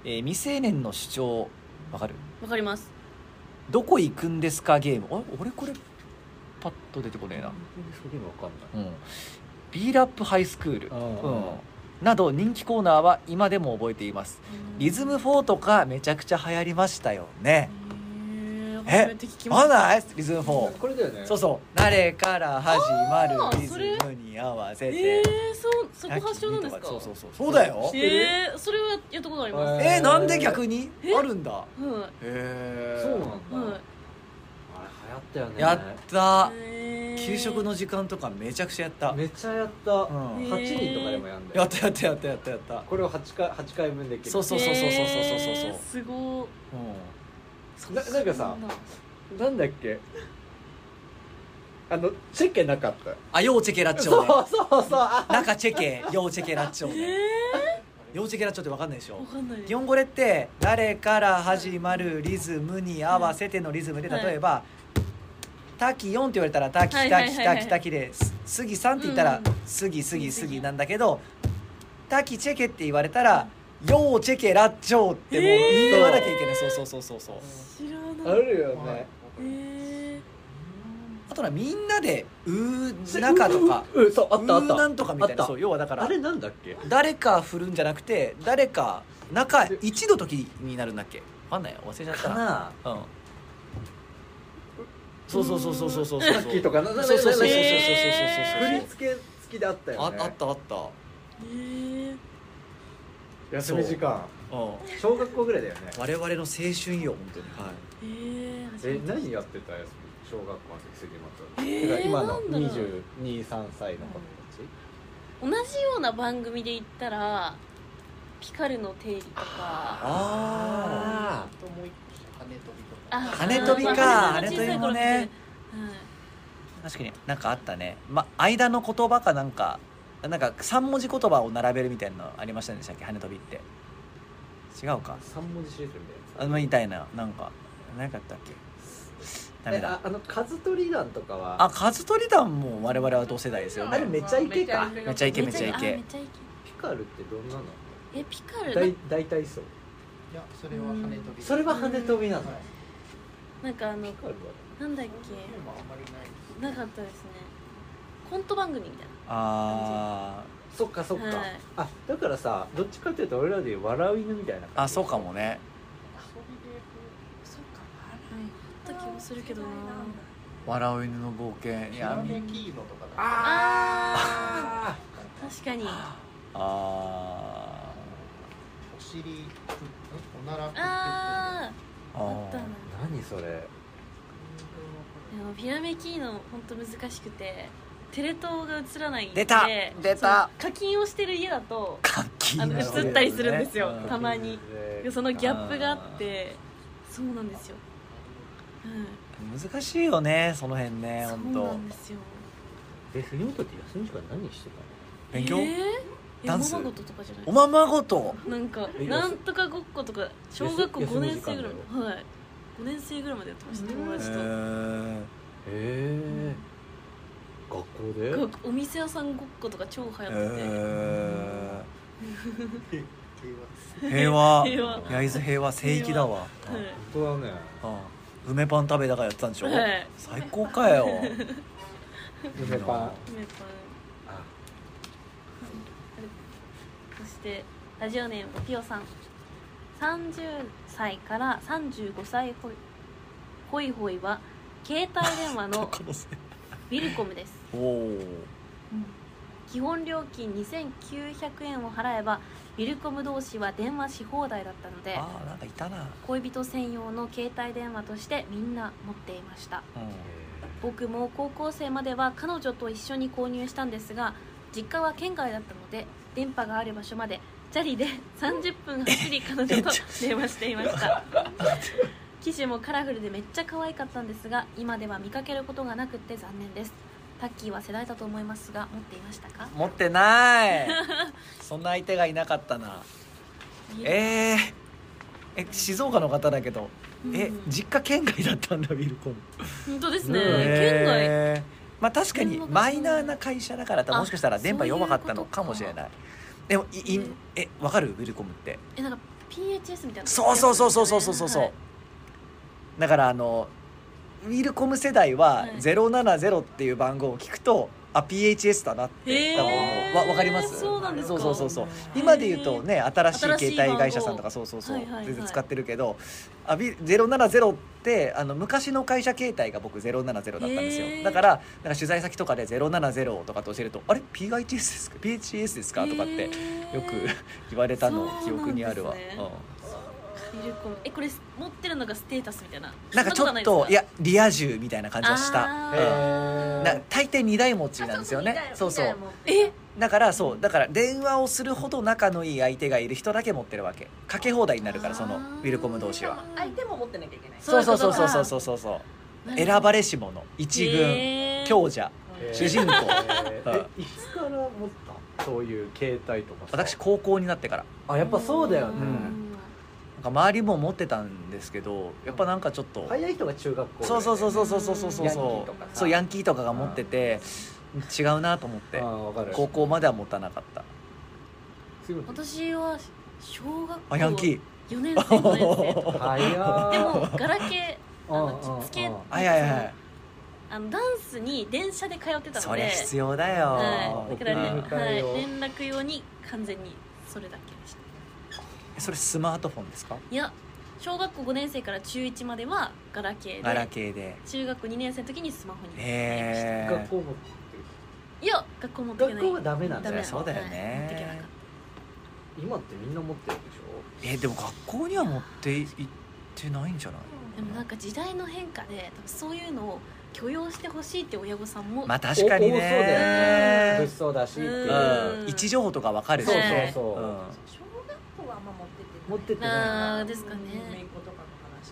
[SPEAKER 2] えー未成年の主張わかる
[SPEAKER 1] わかります
[SPEAKER 2] どこ行くんですかゲームあれ俺これパッと出てこねえな、
[SPEAKER 3] それもわかんない
[SPEAKER 2] うん、B ラップハイスクール、
[SPEAKER 3] あ
[SPEAKER 2] うん
[SPEAKER 3] ー
[SPEAKER 2] など人気コーナーは今でも覚えていますリズム4とかめちゃくちゃ流行りましたよねえ
[SPEAKER 1] え初めて聞きま
[SPEAKER 2] 合わ
[SPEAKER 1] した
[SPEAKER 2] ないリズム4
[SPEAKER 3] これだよね
[SPEAKER 2] そうそう誰から始ま
[SPEAKER 1] あ
[SPEAKER 2] る
[SPEAKER 1] ー
[SPEAKER 2] リズムに合わせて、
[SPEAKER 1] えー、そうそこ発祥なんですか
[SPEAKER 2] そうそうそうそうだよ
[SPEAKER 1] えー、それはやったことあります、
[SPEAKER 2] えー、なんで逆にあるんだ
[SPEAKER 1] は
[SPEAKER 2] へ
[SPEAKER 3] そう
[SPEAKER 1] い
[SPEAKER 3] なんだ、
[SPEAKER 1] は
[SPEAKER 3] あれ流行ったよね
[SPEAKER 2] やった
[SPEAKER 1] い、えー
[SPEAKER 2] 給食の時間とかめちゃくちゃやった、
[SPEAKER 3] めっちゃやった、
[SPEAKER 2] う
[SPEAKER 3] 八
[SPEAKER 2] ん
[SPEAKER 1] へー
[SPEAKER 3] 8人とかでもやんだよ
[SPEAKER 2] やったやったやったやったやった
[SPEAKER 3] これを8回八回分できる
[SPEAKER 2] そうそうそうそうそうそうそうそう
[SPEAKER 1] えー、すごい
[SPEAKER 3] ななんかさなんだっけあのチェケなかった
[SPEAKER 2] あようチェケラッチ
[SPEAKER 3] そ
[SPEAKER 2] ョ
[SPEAKER 3] う
[SPEAKER 2] ね
[SPEAKER 3] そうそうあ
[SPEAKER 2] 中チェケようチェケラッチョ
[SPEAKER 1] え
[SPEAKER 2] ね
[SPEAKER 4] た
[SPEAKER 2] ようチェケラッチョってわかんないでし
[SPEAKER 1] ー、
[SPEAKER 2] ょ
[SPEAKER 1] わかんないです
[SPEAKER 2] 基本これって誰から始まるリズムに合わせてのリズムで
[SPEAKER 1] はい
[SPEAKER 2] 例えば「滝4」って言われたら「滝
[SPEAKER 1] はいはいはい
[SPEAKER 2] 滝
[SPEAKER 1] はい
[SPEAKER 2] 滝滝」で「杉3」って言ったら
[SPEAKER 1] うん
[SPEAKER 2] 「杉杉
[SPEAKER 1] 杉
[SPEAKER 2] 杉」なんだけど「滝チェケ」って言われたら「ようチェケラッチョ」ってもう言わなきゃいけないそうそうそうそうそう
[SPEAKER 1] 知らない
[SPEAKER 3] るよね
[SPEAKER 1] え
[SPEAKER 2] あとはみんなで「うー中」とか
[SPEAKER 3] うううそう
[SPEAKER 2] 「
[SPEAKER 3] あったあっ
[SPEAKER 2] うー
[SPEAKER 3] た
[SPEAKER 2] なんとか」みたいな
[SPEAKER 3] あった
[SPEAKER 2] そう要はだから
[SPEAKER 3] あれなんだっけ
[SPEAKER 2] 誰か振るんじゃなくて誰か中一の時になるんだっけわかんないよ忘れちゃったな
[SPEAKER 3] な
[SPEAKER 2] うん。そうそうそうそうそうそうそう。
[SPEAKER 3] さっきとかななな
[SPEAKER 2] そうそうそうそうそうそうそう
[SPEAKER 3] な
[SPEAKER 1] え
[SPEAKER 3] 振
[SPEAKER 1] ー
[SPEAKER 3] り付け付きであったよ
[SPEAKER 2] あ
[SPEAKER 3] ね
[SPEAKER 2] あったあった。
[SPEAKER 1] ー、えー、
[SPEAKER 3] 休み時間
[SPEAKER 2] うん。
[SPEAKER 3] 小学校ぐらいだよね
[SPEAKER 2] 我々の青春よ本当に。
[SPEAKER 3] はい
[SPEAKER 1] えー、初め
[SPEAKER 3] え
[SPEAKER 1] て
[SPEAKER 3] 何やってた休み小学校の時杉本
[SPEAKER 1] えー
[SPEAKER 3] てか今の
[SPEAKER 1] なんだろ
[SPEAKER 3] 223歳の子たち
[SPEAKER 1] 同じような番組で言ったらピカルの定理とか
[SPEAKER 2] ああ。
[SPEAKER 3] あ
[SPEAKER 4] ともう一個羽飛びとか
[SPEAKER 1] あ
[SPEAKER 2] 羽飛び
[SPEAKER 1] まあ
[SPEAKER 2] か羽飛び
[SPEAKER 1] 小さい
[SPEAKER 2] も
[SPEAKER 1] 頃
[SPEAKER 2] ね
[SPEAKER 1] 見てはい
[SPEAKER 2] 確かになんかあったね。ま間の言葉かなんかなんか三文字言葉を並べるみたいなのありましたねでしたっけ羽飛びって。違うか。
[SPEAKER 3] 3文字シリーズみたいなやつ
[SPEAKER 2] あのみたいななんか何かあったっけ。ダメ
[SPEAKER 3] え
[SPEAKER 2] だ。
[SPEAKER 3] ああの数取り団とかは
[SPEAKER 2] あ数取り団も我々は同世代ですよ
[SPEAKER 3] あれ
[SPEAKER 2] ね。
[SPEAKER 3] めちゃイケか
[SPEAKER 2] めちゃイケめちゃイケ
[SPEAKER 1] あめちゃイ
[SPEAKER 3] ピカルってどんなの
[SPEAKER 1] ケえピカル
[SPEAKER 3] 大大体そう
[SPEAKER 4] いやそれは羽飛び
[SPEAKER 3] それは羽飛びなの
[SPEAKER 4] はい
[SPEAKER 1] ななんかあの
[SPEAKER 3] ピカルは
[SPEAKER 1] なんだっ
[SPEAKER 4] でもあんまりないです
[SPEAKER 1] けなかったですねコント番組みたい
[SPEAKER 2] あ
[SPEAKER 3] そっかそっか、
[SPEAKER 1] はい
[SPEAKER 3] あだからさどっちかっていうと俺らで言う笑う犬みたいな感じ
[SPEAKER 2] ああそうかもね。
[SPEAKER 4] 遊びでこう
[SPEAKER 1] なそうかあった気もするけどな
[SPEAKER 2] 笑う犬の冒険い
[SPEAKER 4] ひら
[SPEAKER 2] や
[SPEAKER 4] めきのとかだ
[SPEAKER 3] あ
[SPEAKER 1] 確かに
[SPEAKER 2] あ
[SPEAKER 4] お尻んおならくっ
[SPEAKER 1] あ
[SPEAKER 2] ー
[SPEAKER 1] ああったな
[SPEAKER 2] ー
[SPEAKER 3] ー何それ
[SPEAKER 1] でもピラメキーノ本当難しくてテレ東が映らないんで
[SPEAKER 2] 出た出た
[SPEAKER 1] その課金をしてる家だと
[SPEAKER 2] かっきいい
[SPEAKER 1] あの
[SPEAKER 2] な
[SPEAKER 1] 映ったりするんですよ、
[SPEAKER 2] うん
[SPEAKER 1] たまにそのギャップがあってそうなんですよ、うん、
[SPEAKER 2] 難しいよねその辺ね
[SPEAKER 1] そう
[SPEAKER 2] 本
[SPEAKER 1] な
[SPEAKER 2] 当
[SPEAKER 1] んですよ
[SPEAKER 5] え杉本って休み時間何して
[SPEAKER 2] 勉強、
[SPEAKER 1] えー
[SPEAKER 2] ダンス
[SPEAKER 1] 山形とかじゃない
[SPEAKER 2] おままごと
[SPEAKER 1] なんか
[SPEAKER 5] え
[SPEAKER 1] なんとかごっことか小学校
[SPEAKER 5] 休
[SPEAKER 1] 5
[SPEAKER 5] み
[SPEAKER 1] 年
[SPEAKER 5] 時
[SPEAKER 1] 生
[SPEAKER 5] 間
[SPEAKER 1] ぐらい
[SPEAKER 5] だ
[SPEAKER 1] はい5年生ぐらいまでやってました
[SPEAKER 4] うん
[SPEAKER 1] 友
[SPEAKER 2] え
[SPEAKER 1] 達と、
[SPEAKER 2] ー
[SPEAKER 5] たのへえ学校で
[SPEAKER 1] こうお店屋さんごっことか超流行ってて、
[SPEAKER 2] え
[SPEAKER 4] てくる平和です
[SPEAKER 2] ー平和
[SPEAKER 1] 平和
[SPEAKER 2] 焼津平和聖域だわ
[SPEAKER 3] 本当
[SPEAKER 2] うんう
[SPEAKER 3] だね
[SPEAKER 2] ん梅パン食べながらやってたんでしょ、
[SPEAKER 1] はい
[SPEAKER 2] 最高か よ
[SPEAKER 3] 梅パン
[SPEAKER 1] 梅パン
[SPEAKER 3] あ
[SPEAKER 1] そしてラジオネームピオさん30歳から35歳ホイホイホイは携帯電話のビルコムです
[SPEAKER 2] おお
[SPEAKER 1] 基本料金2900円を払えばビルコム同士は電話し放題だったので
[SPEAKER 2] あーなんかいたな、
[SPEAKER 1] 恋人専用の携帯電話としてみんな持っていました
[SPEAKER 2] うん
[SPEAKER 1] 僕も高校生までは彼女と一緒に購入したんですが実家は県外だったので電波がある場所までチャリ で30分走り彼女と電話していました 機種もカラフルでめっちゃ可愛かったんですが今では見かけることがなくって残念ですタッキーは世代だと思いますが持っていましたか
[SPEAKER 2] 持っ てないそんな相手がいなかったなえー、え静岡の方だけど、え
[SPEAKER 1] うん
[SPEAKER 2] 実家県外だったんだビルコム
[SPEAKER 1] 本当ですね、
[SPEAKER 3] ね
[SPEAKER 1] 県外
[SPEAKER 2] えーまあ確かにマイナーな会社だから
[SPEAKER 1] あ
[SPEAKER 2] もしかしたら電波弱かったのかもしれないでもいい
[SPEAKER 1] うん
[SPEAKER 2] えわかるビルコムって
[SPEAKER 1] えなんか PHS みたいな
[SPEAKER 2] そうそうそうそうそうそうそうそう、
[SPEAKER 1] はい
[SPEAKER 2] だからあのビルコム世代は
[SPEAKER 1] はい
[SPEAKER 2] 070っていう番号を聞くと、あ PHS だなって多分
[SPEAKER 1] へー
[SPEAKER 2] わわかります
[SPEAKER 1] そうなんですか
[SPEAKER 2] そうそうそう今で言うとね新しい
[SPEAKER 1] 新しい
[SPEAKER 2] 携帯会社さんとかそうそうそう、
[SPEAKER 1] はいはいはい
[SPEAKER 2] 全然使ってるけどあビ070ってあの昔の会社携帯が僕070だったんですよ、
[SPEAKER 1] へー
[SPEAKER 2] だからなんか取材先とかで070とかって教えると「あれ PHS ですか PHS ですか?」とかって
[SPEAKER 1] へー
[SPEAKER 2] よく言われたの記憶にあるわ。
[SPEAKER 1] そうなんです
[SPEAKER 2] う
[SPEAKER 1] ね
[SPEAKER 2] ん
[SPEAKER 1] ビルコムえこれ持ってるのがステータスみたいな
[SPEAKER 2] なんかちょっといやリア充みたいな感じはした
[SPEAKER 1] あ、
[SPEAKER 2] うん
[SPEAKER 1] ー
[SPEAKER 2] な大抵二台持ちなんですよねそうそう
[SPEAKER 1] え
[SPEAKER 2] だからそうだから電話をするほど仲のいい相手がいる人だけ持ってるわけかけ放題になるからその
[SPEAKER 1] あー
[SPEAKER 2] ウィルコム同士は
[SPEAKER 6] 相手も持ってなきゃいけない
[SPEAKER 2] そうそうそう
[SPEAKER 1] そう
[SPEAKER 2] そ
[SPEAKER 1] いううこと
[SPEAKER 2] そ
[SPEAKER 1] か
[SPEAKER 2] うそうそうそう選ばれし者一軍
[SPEAKER 1] えー
[SPEAKER 2] 強者
[SPEAKER 3] えー
[SPEAKER 2] 主人公
[SPEAKER 3] えー
[SPEAKER 2] は
[SPEAKER 3] えいつから持ったそういう携帯とかさ
[SPEAKER 2] 私高校になってから
[SPEAKER 5] あやっぱそうだよね、
[SPEAKER 1] ん
[SPEAKER 2] なんか周りも持ってたんですけどやっぱなんかちょっと
[SPEAKER 5] 早い人が中学校
[SPEAKER 2] そうそうそうそうそうそうそうそう
[SPEAKER 5] ヤンキーとかさ
[SPEAKER 2] そうヤンキーとかが持ってて違うなと思って
[SPEAKER 3] ああわかる
[SPEAKER 2] 高校までは持たなかった
[SPEAKER 3] 杉本
[SPEAKER 1] 私は小学校
[SPEAKER 2] あヤンキー
[SPEAKER 1] 4年生5年 生とか
[SPEAKER 3] 早い
[SPEAKER 1] でもガラケーあ
[SPEAKER 3] うんうんう
[SPEAKER 1] の
[SPEAKER 3] ん
[SPEAKER 1] つけ
[SPEAKER 2] はいはいはい
[SPEAKER 1] あのダンスに電車で通ってたので
[SPEAKER 2] そりゃ必要だよ、
[SPEAKER 1] はい、だから、ね
[SPEAKER 3] 送り
[SPEAKER 1] は
[SPEAKER 3] 迎え
[SPEAKER 1] い、
[SPEAKER 3] よ
[SPEAKER 1] 連絡用に完全にそれだけでした
[SPEAKER 2] それスマートフォンですか
[SPEAKER 1] いや小学校5年生から中1まではガラケーで
[SPEAKER 2] ガラケーで
[SPEAKER 1] 中学2年生の時にスマホに変え
[SPEAKER 2] へ
[SPEAKER 5] 学
[SPEAKER 2] え
[SPEAKER 5] 校も
[SPEAKER 1] ましたいや学校持ってけない
[SPEAKER 5] 学校はダメなんだよ
[SPEAKER 1] ダメなの
[SPEAKER 2] そうだよ
[SPEAKER 1] はい持ってけなかっ
[SPEAKER 2] ね
[SPEAKER 1] た
[SPEAKER 5] 今ってみんな持ってるでしょ
[SPEAKER 2] えでも学校には持っていってないんじゃない
[SPEAKER 1] でもなんか時代の変化で多分そういうのを許容してほしいって親御さんも、
[SPEAKER 2] まあ確かに
[SPEAKER 3] お多そうだ
[SPEAKER 1] よ
[SPEAKER 2] ね
[SPEAKER 3] 物騒だしっていううん
[SPEAKER 2] ん位置情報とかわかるし
[SPEAKER 3] そうそう
[SPEAKER 1] ね
[SPEAKER 3] そう、
[SPEAKER 2] うん
[SPEAKER 6] 小学校はあんま持ってってない
[SPEAKER 5] 持ってって
[SPEAKER 1] あ
[SPEAKER 5] ない
[SPEAKER 1] ー
[SPEAKER 5] な
[SPEAKER 1] ですかね
[SPEAKER 6] めんことかの話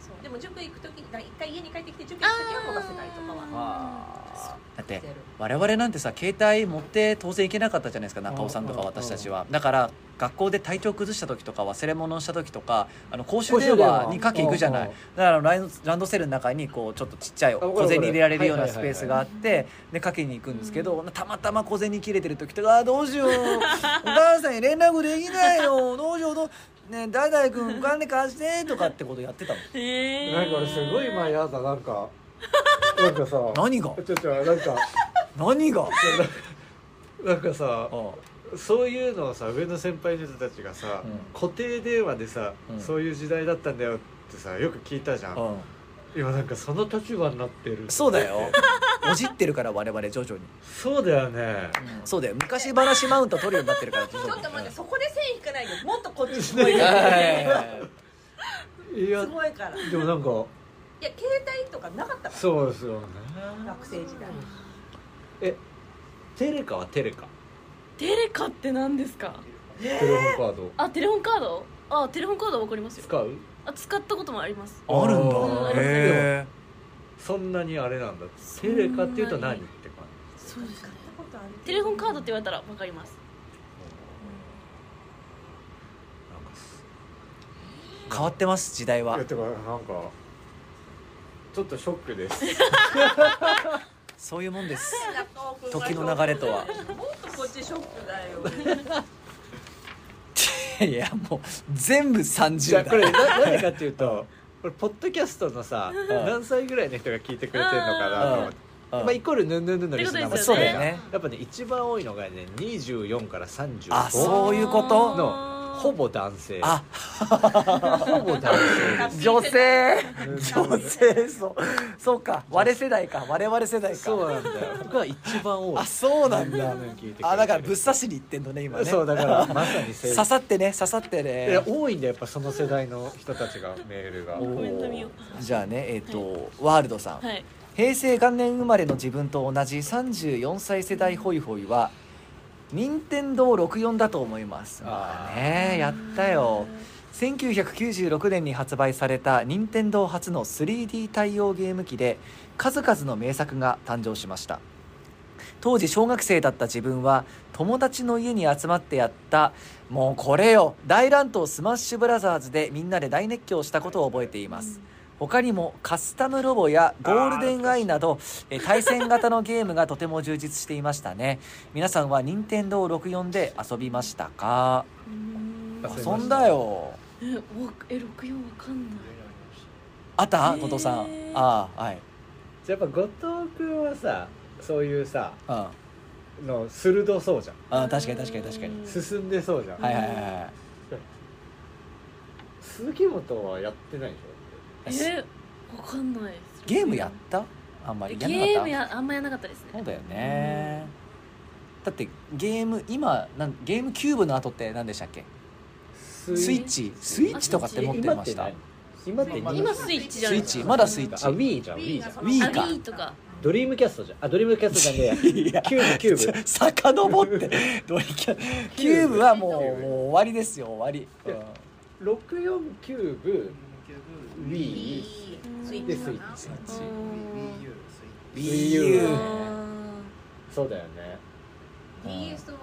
[SPEAKER 6] そうでも塾行く時に一回家に帰ってきて塾行く時は持たせたりとかは
[SPEAKER 5] あ
[SPEAKER 2] だって
[SPEAKER 6] してる
[SPEAKER 2] 我々なんてさ携帯持って当然いけなかったじゃないですか中尾さんとか私たちはだから学校で体調崩した時とか忘れ物をした時とかあの公衆電話にかけ行くじゃないだからラインランドセルの中にこうちょっとちっちゃい
[SPEAKER 3] かる
[SPEAKER 2] 小銭入れられるような
[SPEAKER 3] わか
[SPEAKER 2] ス
[SPEAKER 3] る
[SPEAKER 2] ペースがあってでかけに行くんですけどたまたま小銭切れてる時とか「あーどうしようお母さんに連絡できないよどうしようどうねえダイダイ君お金貸して」とかってことやってたの
[SPEAKER 1] へー
[SPEAKER 3] なんか俺すごい前あったなんかなんかさ
[SPEAKER 2] 何が
[SPEAKER 3] ちょちょなんか
[SPEAKER 2] 何が
[SPEAKER 3] なんかさ
[SPEAKER 2] うん
[SPEAKER 3] そういうのをさ上の先輩の人たちがさ、
[SPEAKER 2] うん
[SPEAKER 3] 固定電話でさ、
[SPEAKER 2] うん
[SPEAKER 3] そういう時代だったんだよってさよく聞いたじゃん、
[SPEAKER 2] うん
[SPEAKER 5] 今なんかその立場になってる
[SPEAKER 2] そうだよおじってるから我々徐々に、
[SPEAKER 5] そうだよね
[SPEAKER 2] そうだよ昔話マウント取るようになってるから徐
[SPEAKER 6] ちょ
[SPEAKER 2] 々
[SPEAKER 6] っ
[SPEAKER 2] に
[SPEAKER 6] と待ってそこで線引かないでもっとこっちす ごい
[SPEAKER 2] はい
[SPEAKER 5] いや
[SPEAKER 6] すごいからい
[SPEAKER 5] でもなんか
[SPEAKER 6] や携帯とかなかったか
[SPEAKER 5] そうですよね
[SPEAKER 6] ら学生時代
[SPEAKER 3] テレカはテレカ
[SPEAKER 1] テレカって何ですか
[SPEAKER 5] テレホンカード
[SPEAKER 1] あテレホンカードあテレホンカードわかりますよ
[SPEAKER 5] 使う
[SPEAKER 1] あ使ったこともあります
[SPEAKER 2] あるんだ
[SPEAKER 1] うんありますよ
[SPEAKER 2] へえ
[SPEAKER 5] そんなにあれなんだ
[SPEAKER 1] そん
[SPEAKER 5] テ
[SPEAKER 1] なに
[SPEAKER 5] レカっていうと何って感
[SPEAKER 1] そうです
[SPEAKER 6] 買ったことある
[SPEAKER 1] テレホンカードって言われたらわかります
[SPEAKER 5] じなんかす
[SPEAKER 2] 変わってます時代
[SPEAKER 5] い
[SPEAKER 2] は
[SPEAKER 5] やてかなんかちょっとショックです
[SPEAKER 2] そういうもんです
[SPEAKER 6] 時
[SPEAKER 2] 時の流れとは
[SPEAKER 6] もっとこっちショックだよ
[SPEAKER 2] いやもう全部
[SPEAKER 3] じゃあ
[SPEAKER 2] 30
[SPEAKER 3] こ
[SPEAKER 2] 代
[SPEAKER 3] れな何かっていうとこれポッドキャストのさ何歳ぐらいの人が聞いてくれてるのかなと思って
[SPEAKER 2] うん
[SPEAKER 3] まあイコールヌンヌンヌンのリスナー
[SPEAKER 1] っ
[SPEAKER 3] も
[SPEAKER 1] てことです
[SPEAKER 2] よね
[SPEAKER 3] やっぱね一番多いのがね24から
[SPEAKER 2] あ
[SPEAKER 3] 35
[SPEAKER 2] そういうこと
[SPEAKER 1] の
[SPEAKER 3] ほぼ男性
[SPEAKER 2] あ
[SPEAKER 3] ほぼ男性です
[SPEAKER 2] 女性
[SPEAKER 6] 女
[SPEAKER 2] 女性そうそうか我世代か我々世代か
[SPEAKER 3] そうなんだよ僕は一番多い
[SPEAKER 2] あそうなんだ
[SPEAKER 3] うん聞いてくれてる
[SPEAKER 2] あだからぶっ刺しにいってんのね今ね
[SPEAKER 3] そうだからまさに
[SPEAKER 2] 刺
[SPEAKER 3] 性
[SPEAKER 2] さってね刺さってね
[SPEAKER 3] いや多いんだよやっぱその世代の人たちがメールが
[SPEAKER 1] コメント見よ
[SPEAKER 2] じゃあねえっ、と、ワールドさん、
[SPEAKER 1] うはい
[SPEAKER 2] 平成元年生まれの自分と同じ34歳世代ホイホイは任天堂64だと思いますまあねやったよ1996年に発売された任天堂初の 3D 対応ゲーム機で数々の名作が誕生しました当時小学生だった自分は友達の家に集まってやったもうこれよ大乱闘スマッシュブラザーズでみんなで大熱狂したことを覚えています他にもカスタムロボやゴールデンアイなどえー対戦型のゲームがとても充実していましたね 皆さんは任天堂64で遊びましたか
[SPEAKER 1] うーん
[SPEAKER 3] 遊びました
[SPEAKER 2] 遊んだよ
[SPEAKER 1] えわえ64わかんない
[SPEAKER 2] あった
[SPEAKER 1] へー
[SPEAKER 2] 後藤さんああはい
[SPEAKER 3] やっぱ後藤君はさそういうさ
[SPEAKER 2] うん
[SPEAKER 3] の鋭そうじゃん
[SPEAKER 2] あ確かに確かに確か
[SPEAKER 1] う
[SPEAKER 2] に
[SPEAKER 1] ん
[SPEAKER 3] 進んでそうじゃん、
[SPEAKER 2] はいはいはいは
[SPEAKER 3] 杉本はやってないでし
[SPEAKER 1] え
[SPEAKER 2] い
[SPEAKER 1] ーわかんないです
[SPEAKER 2] ゲームやったあんまり
[SPEAKER 1] ゲー
[SPEAKER 2] やんなかった
[SPEAKER 1] ムやあんまやんなかったです
[SPEAKER 2] そ
[SPEAKER 1] ね
[SPEAKER 2] うだよねだってゲーム今なんゲームキューブの後って何でしたっけ
[SPEAKER 3] ょ
[SPEAKER 2] スイッチスイッチとかって持ってました
[SPEAKER 3] 今って
[SPEAKER 4] ま
[SPEAKER 3] 何
[SPEAKER 1] 今
[SPEAKER 3] 今
[SPEAKER 4] だ
[SPEAKER 3] って
[SPEAKER 1] スイッチじゃ
[SPEAKER 2] ス
[SPEAKER 1] な
[SPEAKER 2] イ
[SPEAKER 1] い
[SPEAKER 2] ッチまだスイッ
[SPEAKER 3] あ
[SPEAKER 2] チ
[SPEAKER 3] Wii じゃん Wii じゃん
[SPEAKER 2] Wii
[SPEAKER 1] あ
[SPEAKER 2] いいか
[SPEAKER 1] Wii とか
[SPEAKER 3] ドリームキャストじゃんあドリームキャストじゃねえ や
[SPEAKER 2] いや
[SPEAKER 3] キューブキュ ーブ
[SPEAKER 2] 遡って ドリキャキューブはもう
[SPEAKER 3] キューブ
[SPEAKER 2] もう終わりですよ終わり、
[SPEAKER 3] いや六四キューブ Wii
[SPEAKER 6] スイッ
[SPEAKER 3] で
[SPEAKER 6] チ
[SPEAKER 3] スイ
[SPEAKER 6] か
[SPEAKER 3] ッ
[SPEAKER 6] な
[SPEAKER 3] チ
[SPEAKER 1] うーん
[SPEAKER 2] Wii
[SPEAKER 3] U
[SPEAKER 1] あ
[SPEAKER 2] U
[SPEAKER 3] そうだよね
[SPEAKER 6] DS とは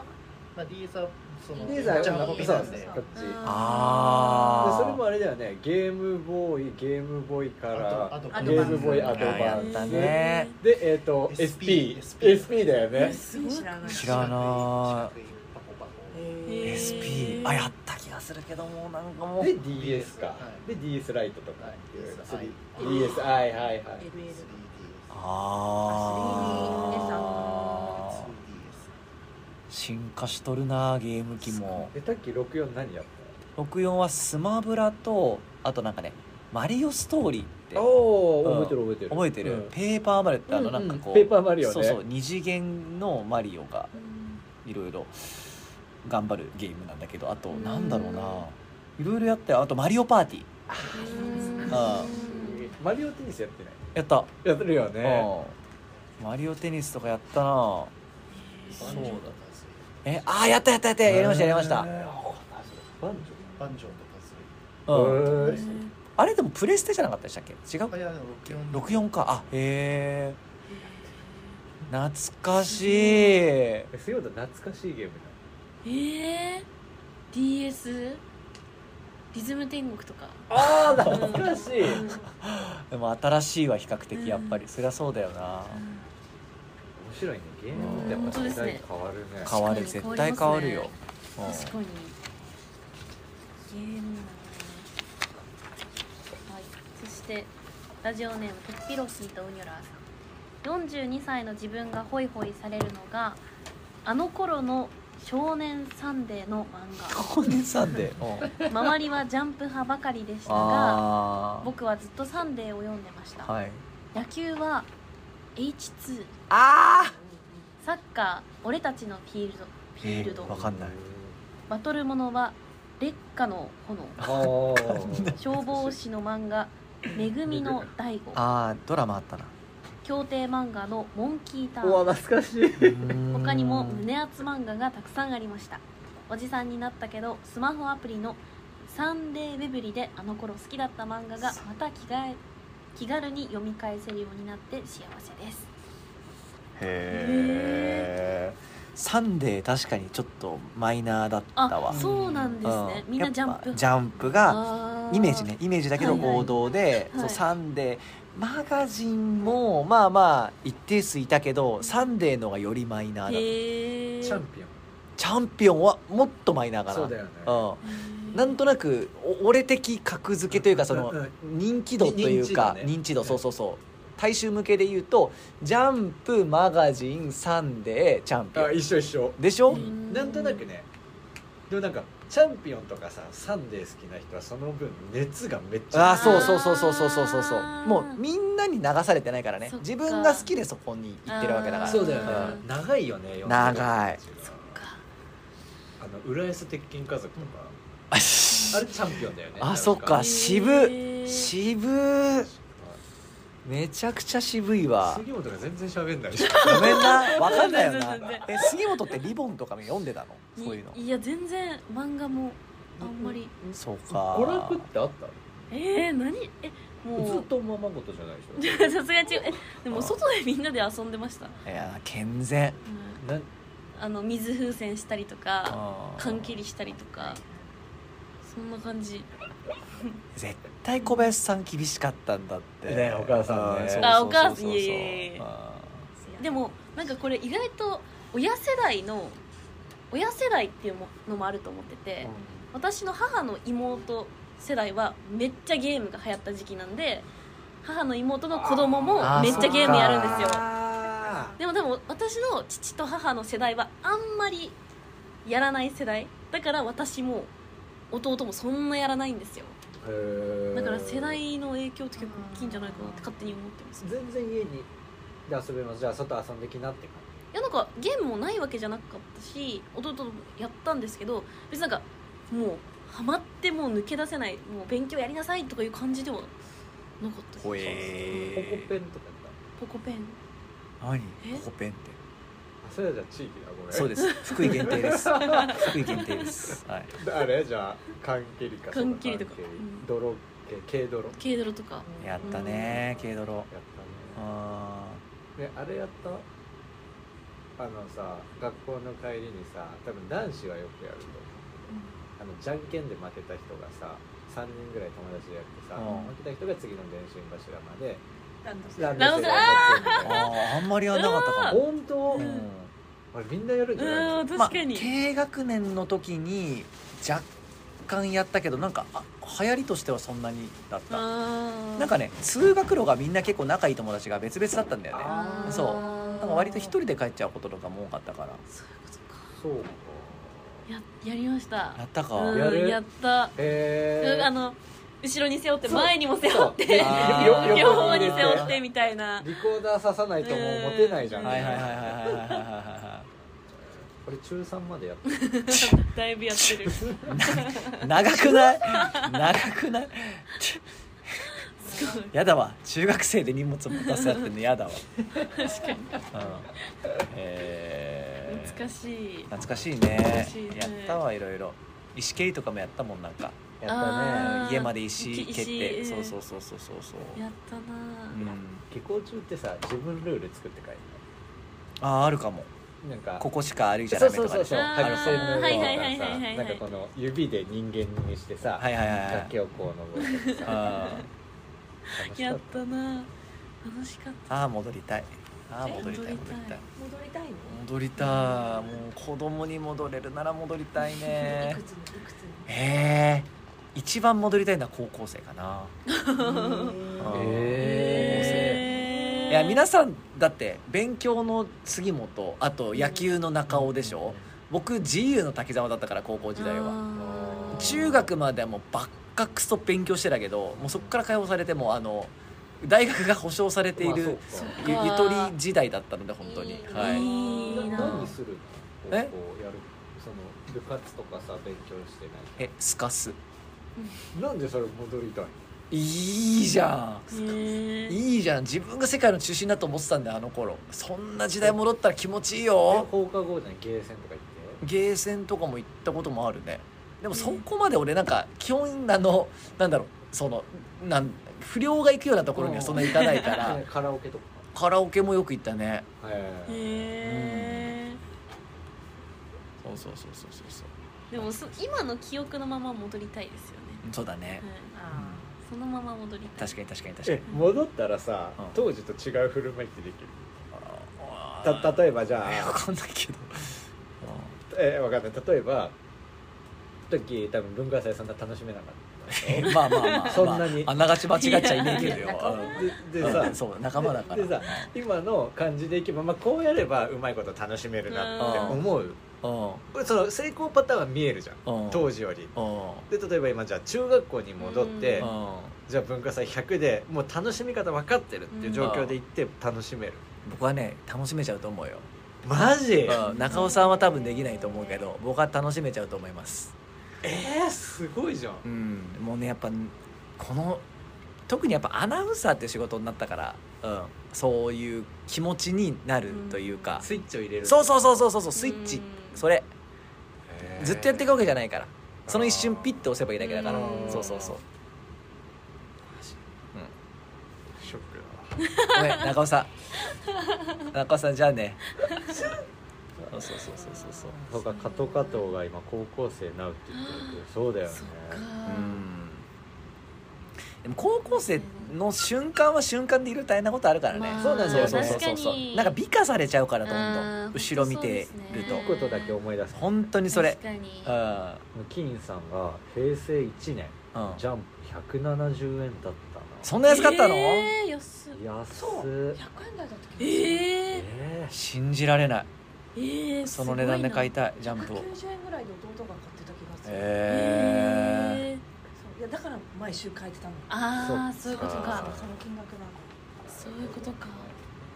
[SPEAKER 4] まあ DS はその
[SPEAKER 3] DS は
[SPEAKER 4] お茶の
[SPEAKER 3] そ
[SPEAKER 4] 子
[SPEAKER 3] う
[SPEAKER 4] み
[SPEAKER 3] そ
[SPEAKER 4] た
[SPEAKER 3] う
[SPEAKER 4] いで
[SPEAKER 3] こっちで
[SPEAKER 2] あ
[SPEAKER 3] それもあれだよねゲームボーイゲームボーイから
[SPEAKER 4] あと
[SPEAKER 6] あと
[SPEAKER 3] ゲームボーイア
[SPEAKER 2] あ
[SPEAKER 3] ドバ
[SPEAKER 2] やっ
[SPEAKER 3] ン
[SPEAKER 2] た
[SPEAKER 3] スで
[SPEAKER 2] ね
[SPEAKER 3] えっ、と SP
[SPEAKER 4] SP
[SPEAKER 3] SP だよね
[SPEAKER 6] すごい知らない
[SPEAKER 2] 知らな
[SPEAKER 4] パコパコ
[SPEAKER 6] へー
[SPEAKER 2] SP あやった気がするけどもうなんかもう
[SPEAKER 3] で DS か、
[SPEAKER 4] は
[SPEAKER 3] で DS ライトとか、
[SPEAKER 4] はい
[SPEAKER 3] DSi
[SPEAKER 4] DSi
[SPEAKER 3] DSi はいはい
[SPEAKER 6] LL
[SPEAKER 2] ああ
[SPEAKER 4] 3DS
[SPEAKER 2] 進化しとるなゲーム機も
[SPEAKER 3] えタッキー64何やっ
[SPEAKER 2] 64はスマブラとあとなんかねマリオストーリーって
[SPEAKER 3] たお
[SPEAKER 2] うん
[SPEAKER 3] お覚えてる覚えてる
[SPEAKER 2] 覚えてる、
[SPEAKER 3] うん
[SPEAKER 2] ペーパーマリオってあのなんかこう、
[SPEAKER 3] うんうんペーパーマリオね
[SPEAKER 2] そうそう二次元のマリオがいろいろ頑張るゲームなんだけどあと
[SPEAKER 1] うん
[SPEAKER 2] なんだろうないろいろやったよあとマリオパーティーあ
[SPEAKER 3] マリオテニスやってない
[SPEAKER 2] やった、
[SPEAKER 3] やってるよね
[SPEAKER 2] うんマリオテニスとかやったな
[SPEAKER 4] そうだったです
[SPEAKER 2] えあーやったやったやったやりましたやりました、
[SPEAKER 3] えーバンジ
[SPEAKER 4] バンジョーとかす
[SPEAKER 2] うん、
[SPEAKER 3] ョーへー
[SPEAKER 2] あれでもプレステじゃなかったでしたっけ違う
[SPEAKER 4] るいやでも64
[SPEAKER 2] 64かあへえ懐かしい
[SPEAKER 3] えそういうこと懐かしいゲーム
[SPEAKER 1] えー DS リズム天国とか
[SPEAKER 3] だああ
[SPEAKER 1] 懐か
[SPEAKER 3] しい面
[SPEAKER 2] でも新しいは比較的やっぱり、そりゃそうだよな、
[SPEAKER 3] 白いねゲームってやっぱ時代変わるね
[SPEAKER 2] 変わる
[SPEAKER 1] 確かに
[SPEAKER 2] 絶対変わるよ、うん
[SPEAKER 1] 確かにゲームなはいそしてラジオネームてっぴろひーとうにょらーさん42歳の自分がホイホイされるのがあの頃の少年サンデー」の漫
[SPEAKER 2] 本年さんで
[SPEAKER 1] 画周りはジャンプ派ばかりでしたが
[SPEAKER 2] あ
[SPEAKER 1] 僕はずっと「サンデー」を読んでました、
[SPEAKER 2] あはい
[SPEAKER 1] 野球は H2
[SPEAKER 2] あ
[SPEAKER 1] サッカー俺たちのフィールドフィールド、
[SPEAKER 2] わかんない
[SPEAKER 1] バトルものは烈火の炎
[SPEAKER 3] ああ
[SPEAKER 1] 消防士の漫画「めぐみの大悟」
[SPEAKER 2] ああドラマあったな
[SPEAKER 1] 協定漫画の「モンキーター
[SPEAKER 5] う
[SPEAKER 1] ン」
[SPEAKER 5] わ懐かしい
[SPEAKER 1] 他にも胸厚漫画がたくさんありましたおじさんになったけどスマホアプリの「サンデーウェブリ」であの頃好きだった漫画がまた気が気軽に読み返せるようになって幸せです
[SPEAKER 2] へえサンデー確かにちょっとマイナーだった
[SPEAKER 1] あ
[SPEAKER 2] わ
[SPEAKER 1] そうなんですねみんなジャン
[SPEAKER 2] やっ
[SPEAKER 1] プ
[SPEAKER 2] ぱジャンプが
[SPEAKER 1] あー
[SPEAKER 2] イメージねイメージだけど
[SPEAKER 1] はいはい
[SPEAKER 2] 王道で、
[SPEAKER 1] はい
[SPEAKER 2] そうサンデーマガジンもまあまあ一定数いたけどサンデーのがよりマイナーだった
[SPEAKER 1] へえ
[SPEAKER 3] チャンピオン
[SPEAKER 2] チャンピオンはもっとマイナーかな
[SPEAKER 3] そうだよね
[SPEAKER 2] うん、なんとなくお俺的格付けというかその
[SPEAKER 3] うん
[SPEAKER 2] 人気度というか
[SPEAKER 3] 認知度ね
[SPEAKER 2] 認知度そうそうそう大衆向けで言うとジャンプマガジンサンデーチャンピオ
[SPEAKER 3] あ
[SPEAKER 2] ン
[SPEAKER 3] 一緒一緒
[SPEAKER 2] でしょ、
[SPEAKER 1] うん
[SPEAKER 3] なんとなくねでもなんかチャンピオンとかさサンデー好きな人はその分熱がめっちゃ
[SPEAKER 2] ああそうそうそうそうそうそうそうそうもうみんなに流されてないからね
[SPEAKER 1] そっか
[SPEAKER 2] 自分が好きでそこに行ってるわけだか
[SPEAKER 1] あー
[SPEAKER 2] ら
[SPEAKER 3] そうだよね
[SPEAKER 1] うん
[SPEAKER 3] 長いよね読んでる
[SPEAKER 2] 長い
[SPEAKER 1] そっか
[SPEAKER 3] あの浦安鉄筋家族とか
[SPEAKER 2] あ
[SPEAKER 3] あれチャンピオンだよね
[SPEAKER 2] あそっ
[SPEAKER 3] な
[SPEAKER 2] か
[SPEAKER 3] ん
[SPEAKER 2] 渋渋めちゃくちゃ渋いわ
[SPEAKER 3] 杉本が全然喋んないし
[SPEAKER 2] ごめんなわかんないよな
[SPEAKER 1] 全然全
[SPEAKER 2] え杉本ってリボンとかも読んでたのそういうの
[SPEAKER 1] いいや全然漫画もあんまり
[SPEAKER 2] そうか
[SPEAKER 5] 娯楽ってあった
[SPEAKER 1] えー、何え
[SPEAKER 5] ず
[SPEAKER 1] も
[SPEAKER 5] っ
[SPEAKER 1] う
[SPEAKER 5] とおままごとじゃないでしょ
[SPEAKER 1] さすがに違うえでも外でみんなで遊んでました、
[SPEAKER 2] いや健全
[SPEAKER 1] うん
[SPEAKER 5] な
[SPEAKER 1] あの水風船したりとか
[SPEAKER 2] あー
[SPEAKER 1] 缶切りしたりとかそんな感じ
[SPEAKER 2] 絶対小林さん厳しかったんだって
[SPEAKER 5] ねお母さんね
[SPEAKER 2] うそうそうそう
[SPEAKER 1] あお母さんいえいえいえ
[SPEAKER 2] あ
[SPEAKER 1] でもなんかこれ意外と親世代の親世代っていうのもあると思ってて、私の母の妹世代はめっちゃゲームが流行った時期なんで母の妹の子供も
[SPEAKER 2] あー
[SPEAKER 1] めっちゃゲームやるんですよ
[SPEAKER 3] あ
[SPEAKER 1] でもでも私の父と母の世代はあんまりやらない世代だから私も弟もそんなやらないんですよ
[SPEAKER 3] ー
[SPEAKER 1] だから世代の影響って結構大きいんじゃないかなって勝手に思ってますい
[SPEAKER 3] 全然家にで遊べますじゃあ外遊んできなって感
[SPEAKER 1] やなんかゲームもないわけじゃなかったし弟もやったんですけど別になんかもうハマってもう抜け出せないもう勉強やりなさいとかいう感じではなかったです
[SPEAKER 2] ほえ
[SPEAKER 3] じ
[SPEAKER 2] ー
[SPEAKER 3] ポコペンとかやった
[SPEAKER 1] ポコペン
[SPEAKER 2] ー何
[SPEAKER 1] え
[SPEAKER 2] コペンって
[SPEAKER 3] あそれじゃあ地域だごめん
[SPEAKER 2] そうです福井限定です福井限定ですはい
[SPEAKER 3] あれじゃあ缶蹴りか
[SPEAKER 1] 缶蹴りとか
[SPEAKER 3] そんな缶蹴
[SPEAKER 1] うん
[SPEAKER 3] 泥系軽泥やっ
[SPEAKER 1] 軽ドロとか
[SPEAKER 2] やったね軽泥
[SPEAKER 3] たね
[SPEAKER 2] あ
[SPEAKER 3] ねあれやったあのさ学校の帰りにさ多分男子はよくやると思うあのじゃんけんで負けた人がさ3人ぐらい友達でやってさ、
[SPEAKER 2] うん
[SPEAKER 3] 負けた人が次の練習柱まで
[SPEAKER 6] ランドセル
[SPEAKER 3] ラン
[SPEAKER 1] ドセル
[SPEAKER 2] ー
[SPEAKER 3] ドセルを持つみたいな
[SPEAKER 2] あーあんまりやんなかったかも
[SPEAKER 3] 本当、
[SPEAKER 2] う
[SPEAKER 3] うんあれみんなやるんじゃ
[SPEAKER 1] う
[SPEAKER 3] ない
[SPEAKER 1] ん
[SPEAKER 3] の
[SPEAKER 1] 確かに、
[SPEAKER 2] まあ、低学年の時に若干やったけどなんかあ流行りとしてはそんなにだった
[SPEAKER 1] あー
[SPEAKER 2] なんかね通学路がみんな結構仲いい友達が別々だったんだよね
[SPEAKER 3] あー
[SPEAKER 2] そうなんか割と一
[SPEAKER 1] 人
[SPEAKER 2] 人で帰っちゃうこととかも多かったから
[SPEAKER 1] そういうことか
[SPEAKER 3] そうか
[SPEAKER 1] ややりました
[SPEAKER 2] やったか、
[SPEAKER 1] うん
[SPEAKER 3] やる
[SPEAKER 1] やった、
[SPEAKER 3] へえ
[SPEAKER 1] あの後ろに背負って前にも背負っ
[SPEAKER 3] そう
[SPEAKER 1] て
[SPEAKER 2] あー
[SPEAKER 1] 両
[SPEAKER 2] よ
[SPEAKER 1] 両方に背負っ
[SPEAKER 3] よ
[SPEAKER 1] てみたいな
[SPEAKER 3] リコーダー刺さないともう持てないじゃん、
[SPEAKER 1] うん
[SPEAKER 2] はいはいはいはいはいはいは
[SPEAKER 3] これ中3まで やって
[SPEAKER 1] だいぶやって るす
[SPEAKER 2] いはい長くない長くない
[SPEAKER 1] ごい
[SPEAKER 2] やだわ中学生で荷物持たせ合ってんのやだわ
[SPEAKER 1] 確かに
[SPEAKER 2] うんえー
[SPEAKER 1] 懐かしい
[SPEAKER 2] 懐かしい
[SPEAKER 1] 懐
[SPEAKER 2] ね
[SPEAKER 1] かしいね
[SPEAKER 2] やったわいろいろ石蹴りとかもやったもんなんか
[SPEAKER 3] やったね
[SPEAKER 1] あー
[SPEAKER 2] 家まで石蹴っ
[SPEAKER 1] 石
[SPEAKER 2] て
[SPEAKER 1] うん
[SPEAKER 2] そうそうそうそうそうそう、
[SPEAKER 1] やったな
[SPEAKER 2] う
[SPEAKER 1] ぁ、
[SPEAKER 2] ん、
[SPEAKER 3] 下校中ってさ自分ルール作って帰る
[SPEAKER 2] あーあるかも
[SPEAKER 3] のなんか
[SPEAKER 2] ここしか歩いちゃ
[SPEAKER 3] そ
[SPEAKER 2] ダ
[SPEAKER 3] う
[SPEAKER 2] メ
[SPEAKER 3] そう
[SPEAKER 2] とか
[SPEAKER 3] そう
[SPEAKER 2] で
[SPEAKER 3] そう
[SPEAKER 1] あー
[SPEAKER 3] 白線の
[SPEAKER 1] はい
[SPEAKER 2] は
[SPEAKER 1] は
[SPEAKER 2] い
[SPEAKER 1] いはいはいはい
[SPEAKER 3] さなんかこの指で人間にしてさ、
[SPEAKER 2] はいはいはいはい
[SPEAKER 3] 崖をこう登ってさ
[SPEAKER 2] あ
[SPEAKER 3] 楽し
[SPEAKER 1] や
[SPEAKER 3] かっ
[SPEAKER 1] ったなぁ楽しかっ
[SPEAKER 2] ーあー戻りたいああ戻りたい
[SPEAKER 1] え
[SPEAKER 2] 戻りたい
[SPEAKER 6] 戻りたいの
[SPEAKER 2] 戻りたいもう子供に戻れるなら戻りたい
[SPEAKER 6] い
[SPEAKER 2] ね
[SPEAKER 6] くつにいくつに
[SPEAKER 2] えー、一番戻りたいのは高校生かな
[SPEAKER 3] た
[SPEAKER 2] え
[SPEAKER 1] えー
[SPEAKER 2] いや皆さんだって勉強の杉本あと野球の中尾でしょ、僕自由の滝沢だったから高校時代は
[SPEAKER 1] あー
[SPEAKER 2] 中学まではもうばっかくそ勉強してたけどもうそこから解放されてもうあの大学が保障されている
[SPEAKER 3] まあそうか
[SPEAKER 2] ゆ
[SPEAKER 1] か
[SPEAKER 2] ゆとり時代だったので本当に
[SPEAKER 6] いい
[SPEAKER 2] はいい
[SPEAKER 1] いいな
[SPEAKER 3] 何するの
[SPEAKER 2] え
[SPEAKER 3] こうやるその部活とかさ勉強してな
[SPEAKER 2] えすかす
[SPEAKER 3] いなんでそれ戻りたい
[SPEAKER 2] いいじゃ
[SPEAKER 1] へー
[SPEAKER 2] んいいじゃん自分が世界の中心だと思ってたんだよあの頃そんな時代戻ったら気持ちいい
[SPEAKER 3] の
[SPEAKER 2] よ
[SPEAKER 3] 放課後じゃんゲーセンとか行って
[SPEAKER 2] ゲーセンとかも行ったこともあるねでもそこまで俺なんか基本あのなんだろうそのなん不良が行くようなところにはそんな行かないか
[SPEAKER 3] あ
[SPEAKER 2] ら
[SPEAKER 3] カラオケとか
[SPEAKER 2] カラオケもよく行ったね
[SPEAKER 3] はい
[SPEAKER 1] へ
[SPEAKER 2] そうそうそうそうそうそう
[SPEAKER 1] ーでもそ今の記憶のまま戻りたいですよね、
[SPEAKER 2] そうだね
[SPEAKER 1] はい
[SPEAKER 6] あ
[SPEAKER 1] そのまま戻りたい
[SPEAKER 2] 確かに確かに確かに
[SPEAKER 3] え戻ったらさ
[SPEAKER 2] うん
[SPEAKER 3] 当時と違う振る舞いってできる
[SPEAKER 2] あー
[SPEAKER 3] た例えばじゃ
[SPEAKER 2] えわ
[SPEAKER 3] あ
[SPEAKER 2] かんないけど
[SPEAKER 3] えわかんない例えば時多分文化祭そんな楽しめなかったでしょ
[SPEAKER 2] まあまあまあまあ
[SPEAKER 3] そんなに
[SPEAKER 2] あながち間違っちゃいねえけど
[SPEAKER 6] い
[SPEAKER 2] よ
[SPEAKER 6] や 仲
[SPEAKER 2] うん
[SPEAKER 3] でで
[SPEAKER 6] 間
[SPEAKER 3] さ
[SPEAKER 2] そう仲間だから
[SPEAKER 3] ででさ今の感じでいけば、まあ、こうやればうまいこと楽しめるなって思う
[SPEAKER 2] うん
[SPEAKER 3] これその成功パターンは見えるじゃん
[SPEAKER 2] うん
[SPEAKER 3] 当時より
[SPEAKER 2] うん
[SPEAKER 3] で例えば今じゃあ中学校に戻って
[SPEAKER 2] うん
[SPEAKER 3] じゃあ文化祭100でもう楽しみ方分かってるっていう状況で行って楽しめる
[SPEAKER 2] 僕はね楽しめちゃうと思うよ
[SPEAKER 3] マジ
[SPEAKER 2] うん中尾さんは多分できないと思うけど僕は楽しめちゃうと思います
[SPEAKER 3] えー、すごいじゃん
[SPEAKER 2] うんもうねやっぱこの特にやっぱアナウンサーっていう仕事になったから、うん、そういう気持ちになるというか、
[SPEAKER 3] スイッチを入れる
[SPEAKER 2] そう
[SPEAKER 3] う
[SPEAKER 2] そうそうそうそうそうスイッチ、
[SPEAKER 1] うん
[SPEAKER 2] それずっとやっていくわけじゃないからその一瞬ピッて押せばいいだけだから
[SPEAKER 1] うん
[SPEAKER 2] そうそうそう
[SPEAKER 3] ショック
[SPEAKER 2] ごめん中尾さん中尾さんじゃあねそうそうそうそうそうそう
[SPEAKER 3] だそうか加藤加藤が今高校生なうって言ってるけどそうだよね
[SPEAKER 1] そっか
[SPEAKER 2] うんでも高校生の瞬間は瞬間でいろいろ大変なことあるからね、
[SPEAKER 1] まあ
[SPEAKER 3] そうなんだよね
[SPEAKER 2] そうそうそう
[SPEAKER 1] 確
[SPEAKER 2] そ
[SPEAKER 1] か
[SPEAKER 2] う
[SPEAKER 1] に
[SPEAKER 2] なんか美化されちゃうからどん
[SPEAKER 1] あ
[SPEAKER 2] ど
[SPEAKER 1] ー
[SPEAKER 2] ん後ろ見てる
[SPEAKER 1] そ
[SPEAKER 2] と
[SPEAKER 1] う
[SPEAKER 3] いいことだけ思い出す
[SPEAKER 2] 本当にそれ
[SPEAKER 1] 確かに
[SPEAKER 2] うんうん
[SPEAKER 3] 金さんが平成1年ジャンプ170円だったな
[SPEAKER 2] そんな安かったの、
[SPEAKER 1] えー、安っ
[SPEAKER 3] 安っ
[SPEAKER 6] そう100円台だった
[SPEAKER 1] え
[SPEAKER 6] け
[SPEAKER 1] ー、
[SPEAKER 3] えー
[SPEAKER 2] 信じられない
[SPEAKER 1] えー、
[SPEAKER 2] その値段で買い
[SPEAKER 1] た
[SPEAKER 2] たいジャンプを
[SPEAKER 6] 190円ぐらいで弟が買ってた気がする、
[SPEAKER 1] えー
[SPEAKER 2] ええ
[SPEAKER 6] そういやだから毎週書いてたの
[SPEAKER 1] ああそういうこと
[SPEAKER 3] あ
[SPEAKER 6] そ
[SPEAKER 1] か
[SPEAKER 3] ー
[SPEAKER 6] の金額なの
[SPEAKER 1] そういうことか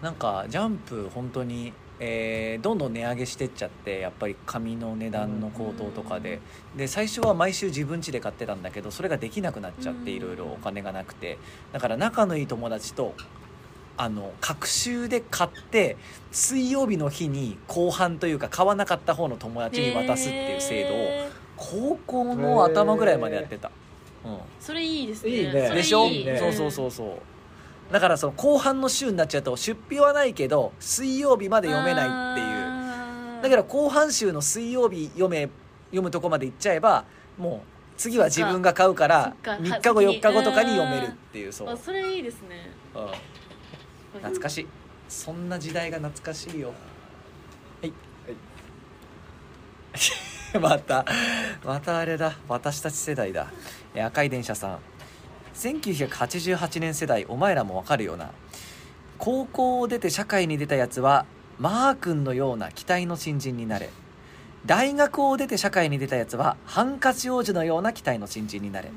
[SPEAKER 2] なんかジャンプ本当に、えーどんどん値上げしてっちゃってやっぱり紙の値段の高騰とかで、で最初は毎週自分家で買ってたんだけどそれができなくなっちゃって
[SPEAKER 1] うん
[SPEAKER 2] いろいろお金がなくてだから仲のいい友達とあの隔週で買って水曜日の日に後半というか買わなかった方の友達に渡すっていう制度を
[SPEAKER 1] えー
[SPEAKER 2] 高校の頭ぐらいまでやってた。うん
[SPEAKER 1] それいいですね
[SPEAKER 3] いいね
[SPEAKER 1] それ
[SPEAKER 2] でしょ
[SPEAKER 1] いい
[SPEAKER 3] ね
[SPEAKER 2] そうそうそうそうだからその後半の週になっちゃうと出費はないけど水曜日まで読めないっていう
[SPEAKER 1] あー
[SPEAKER 2] だから後半週の水曜日読め読むとこまで行っちゃえばもう次は自分が買うから
[SPEAKER 1] そっか
[SPEAKER 2] 3日後
[SPEAKER 1] は先に
[SPEAKER 2] 4日後とかに読めるっていうそう、う
[SPEAKER 1] あそれいいですね
[SPEAKER 2] ん、懐かしいそんな時代が懐かしいよはいはい またまたあれだ私たち世代だえー赤い電車さん1988年世代お前らもわかるよな高校を出て社会に出たやつはマー君のような期待の新人になれ大学を出て社会に出たやつはハンカチ王子のような期待の新人になれ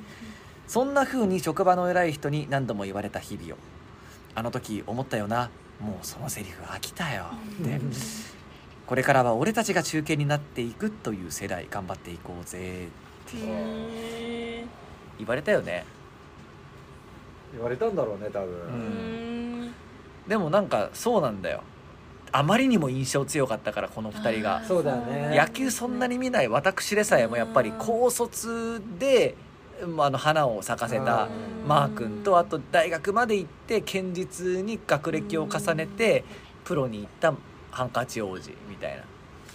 [SPEAKER 2] そんな風に職場の偉い人に何度も言われた日々をあの時思ったよなもうそのセリフ飽きたよってこれからは俺たちが中堅になっていくという世代頑張っていこうぜ
[SPEAKER 1] へー
[SPEAKER 2] 言われたよね
[SPEAKER 3] 言われたんだろうね多
[SPEAKER 1] う
[SPEAKER 2] うん
[SPEAKER 3] 分
[SPEAKER 1] ん
[SPEAKER 2] でもなんかそうなんだよあまりにも印象強かったからこの2人
[SPEAKER 1] あ
[SPEAKER 2] が
[SPEAKER 1] ー
[SPEAKER 3] そうだね
[SPEAKER 2] 野球そんなに見ない私でさえもやっぱり高卒で、まあ、あの花を咲かせた
[SPEAKER 1] うん
[SPEAKER 2] マー君とあと大学まで行って堅実に学歴を重ねてプロに行ったハンカチ王子みたいな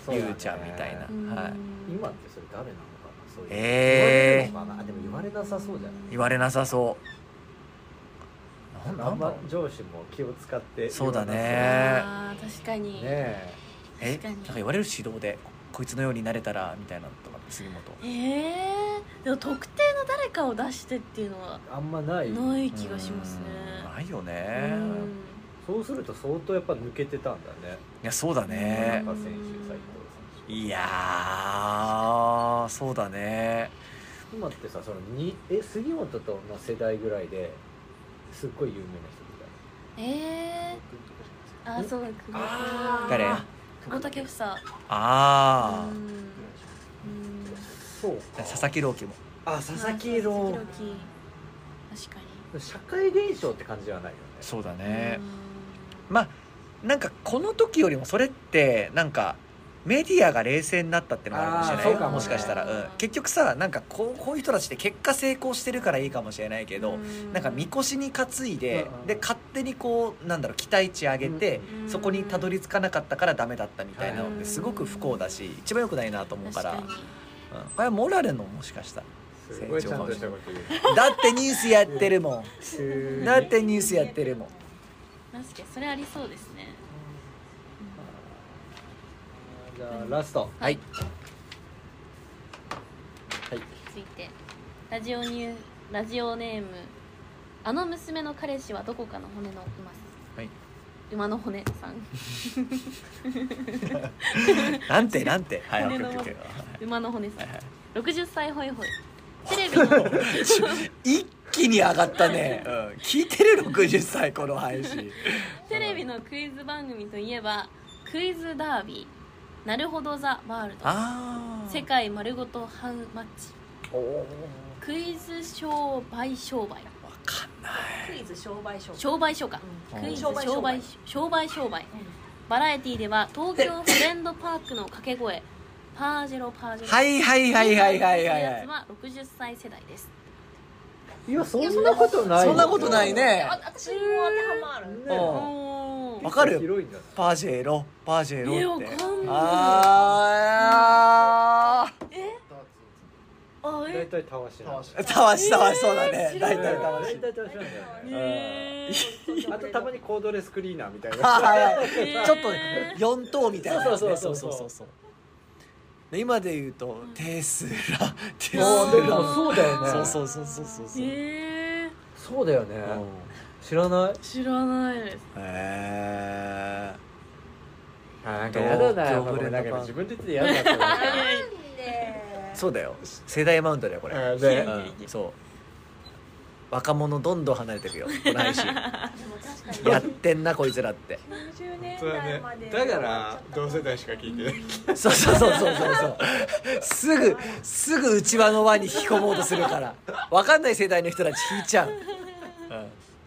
[SPEAKER 3] そうだね
[SPEAKER 2] ゆうちゃんみたいな
[SPEAKER 1] うん
[SPEAKER 2] はい
[SPEAKER 3] 今ってそれ誰なのかなそういう
[SPEAKER 2] えー
[SPEAKER 3] 言われるのかなあでも言われなさそうじゃない
[SPEAKER 2] 言われなさそうなん
[SPEAKER 3] あ
[SPEAKER 2] なんんだろ
[SPEAKER 3] ま
[SPEAKER 2] う
[SPEAKER 3] 上司も気を使って
[SPEAKER 2] そうだね
[SPEAKER 1] あー確かに
[SPEAKER 3] ねえ
[SPEAKER 2] え
[SPEAKER 1] 確か
[SPEAKER 2] な
[SPEAKER 1] に
[SPEAKER 2] んか言われる指導でこいつのようになれたらみたいなのとか杉本
[SPEAKER 1] えー、でも特定の誰かを出してっていうのは
[SPEAKER 3] あんまない
[SPEAKER 1] ない気がしますね
[SPEAKER 2] うんないよ
[SPEAKER 1] う
[SPEAKER 2] ね
[SPEAKER 1] ん
[SPEAKER 3] そうすると相当やっぱ抜けてたんだね
[SPEAKER 2] いやそうだね
[SPEAKER 3] 中選手斉藤選手
[SPEAKER 2] いやーそうだね
[SPEAKER 3] 今ってさそのにえ杉本との世代ぐらいですっごい有名な人みたい
[SPEAKER 1] えー、あーそうだ久
[SPEAKER 4] あ
[SPEAKER 1] 保
[SPEAKER 4] ー
[SPEAKER 2] 誰
[SPEAKER 1] 久
[SPEAKER 2] あ
[SPEAKER 1] 保建英
[SPEAKER 2] あ
[SPEAKER 1] うんうん
[SPEAKER 3] そう
[SPEAKER 2] ー佐々木朗希も
[SPEAKER 3] あ佐々木
[SPEAKER 1] 佐々
[SPEAKER 3] 朗
[SPEAKER 1] 木朗希確か
[SPEAKER 3] 社会現象って感じではないよね
[SPEAKER 2] そうだ
[SPEAKER 1] にうん
[SPEAKER 2] まあなんかこの時よりもそれってなんかメディアが冷静になったってのもあるかもしれ
[SPEAKER 3] あー
[SPEAKER 2] な
[SPEAKER 3] そう
[SPEAKER 2] い
[SPEAKER 3] かもね
[SPEAKER 2] もしかしたら、うん、結局さなんかこうこういう人たちって結果成功してるからいいかもしれないけど、なんかみこしに担いで、
[SPEAKER 3] うん
[SPEAKER 2] で勝手にこうなんだろう期待値上げて、
[SPEAKER 1] うん
[SPEAKER 2] そこにたどり着かなかったからダメだったみたいなのっ
[SPEAKER 1] う
[SPEAKER 2] て
[SPEAKER 1] ん
[SPEAKER 2] すごく不幸だし一番良くないなと思うから、うん、
[SPEAKER 1] 確
[SPEAKER 2] こ
[SPEAKER 1] かに
[SPEAKER 2] れはモラルのもしかした
[SPEAKER 3] すごいちゃんとしたこと
[SPEAKER 2] らだってニュースやってるも
[SPEAKER 3] 言
[SPEAKER 2] ん
[SPEAKER 3] う
[SPEAKER 2] だってニュースやってるもん
[SPEAKER 1] 確かにそれありそうですね
[SPEAKER 3] じゃあラスト
[SPEAKER 2] はい
[SPEAKER 1] 続いてラジオニューラジオネームあの娘の彼氏はどこかの骨の馬
[SPEAKER 2] はい
[SPEAKER 1] 馬の骨さん
[SPEAKER 2] なんてなんてはい
[SPEAKER 1] 骨の
[SPEAKER 2] OKOKOK はい
[SPEAKER 1] 馬の骨さん
[SPEAKER 2] はいはい
[SPEAKER 1] 60歳ホイ ホイテレビの
[SPEAKER 2] 一気に上がったね、 うん、聞いてる60歳この配信
[SPEAKER 1] テレビのクイズ番組といえばクイズダービーなるほどザワールド
[SPEAKER 2] あ
[SPEAKER 1] 世界丸ごとハウマッチ
[SPEAKER 2] おお
[SPEAKER 1] クイズ商売商売
[SPEAKER 2] 分かんない
[SPEAKER 6] クイズ商売商売
[SPEAKER 1] 商売商か
[SPEAKER 6] うん
[SPEAKER 1] クイズ
[SPEAKER 6] 商
[SPEAKER 1] 商
[SPEAKER 6] 売
[SPEAKER 1] 売
[SPEAKER 6] 商
[SPEAKER 1] 商
[SPEAKER 6] 売
[SPEAKER 1] 売商売バラエティでは東京フレンドパークの掛け声パージェロパージェロ
[SPEAKER 2] はいはいはいはい
[SPEAKER 1] は
[SPEAKER 2] はいは
[SPEAKER 1] いい
[SPEAKER 2] は
[SPEAKER 1] や
[SPEAKER 2] い
[SPEAKER 1] つは60歳世代です
[SPEAKER 3] いやそんなことない
[SPEAKER 2] そんなことないね
[SPEAKER 6] あ私も当てはまる
[SPEAKER 2] うん
[SPEAKER 3] ね
[SPEAKER 1] おー
[SPEAKER 2] わかる
[SPEAKER 3] 広いんだな
[SPEAKER 2] パージェロパージェロって
[SPEAKER 1] えわかんない
[SPEAKER 2] あ
[SPEAKER 1] あ
[SPEAKER 3] 大
[SPEAKER 1] え
[SPEAKER 3] 体たわしなん
[SPEAKER 4] たわ
[SPEAKER 3] だ
[SPEAKER 4] し
[SPEAKER 2] ーたわしタワシそうだね
[SPEAKER 1] えー
[SPEAKER 2] 大
[SPEAKER 1] 知ら
[SPEAKER 2] 体
[SPEAKER 1] な
[SPEAKER 2] た
[SPEAKER 1] い
[SPEAKER 2] わし
[SPEAKER 3] 大体たわしなんだよね
[SPEAKER 1] え
[SPEAKER 3] あとたまにコードレスクリーナーみたい
[SPEAKER 2] あ
[SPEAKER 3] な
[SPEAKER 2] はいはい
[SPEAKER 1] ー
[SPEAKER 2] ちょっとね四等みたいなね
[SPEAKER 3] そうそうそうそう
[SPEAKER 2] そうで今で言うとテスラテス
[SPEAKER 1] あーでも
[SPEAKER 2] ラ
[SPEAKER 3] そうだよ
[SPEAKER 2] そうそ
[SPEAKER 3] ね
[SPEAKER 2] うそうそうそうそう
[SPEAKER 1] えー
[SPEAKER 3] そうだよね知らない
[SPEAKER 1] 知らないです
[SPEAKER 2] え
[SPEAKER 3] あなん
[SPEAKER 2] かやだな
[SPEAKER 3] なん
[SPEAKER 2] やっぱな
[SPEAKER 3] か
[SPEAKER 2] んか
[SPEAKER 3] 自
[SPEAKER 2] 自
[SPEAKER 3] 分で言ってやだった
[SPEAKER 6] なんで
[SPEAKER 2] ーそうだよ世代マウントだよこれ
[SPEAKER 3] あー
[SPEAKER 2] う
[SPEAKER 3] で
[SPEAKER 2] んそう若者どんどん離れていくよこの配 信
[SPEAKER 6] でも確かに
[SPEAKER 2] やってんなこいつらって
[SPEAKER 6] 90年
[SPEAKER 5] そうだ
[SPEAKER 6] 代
[SPEAKER 5] ね
[SPEAKER 6] ま で、
[SPEAKER 5] だから同世代しか聞いてない
[SPEAKER 2] そうそうそうそうそうそうすぐすぐ内輪の輪に引き込もうとするから分かんない世代の人たち引いちゃう、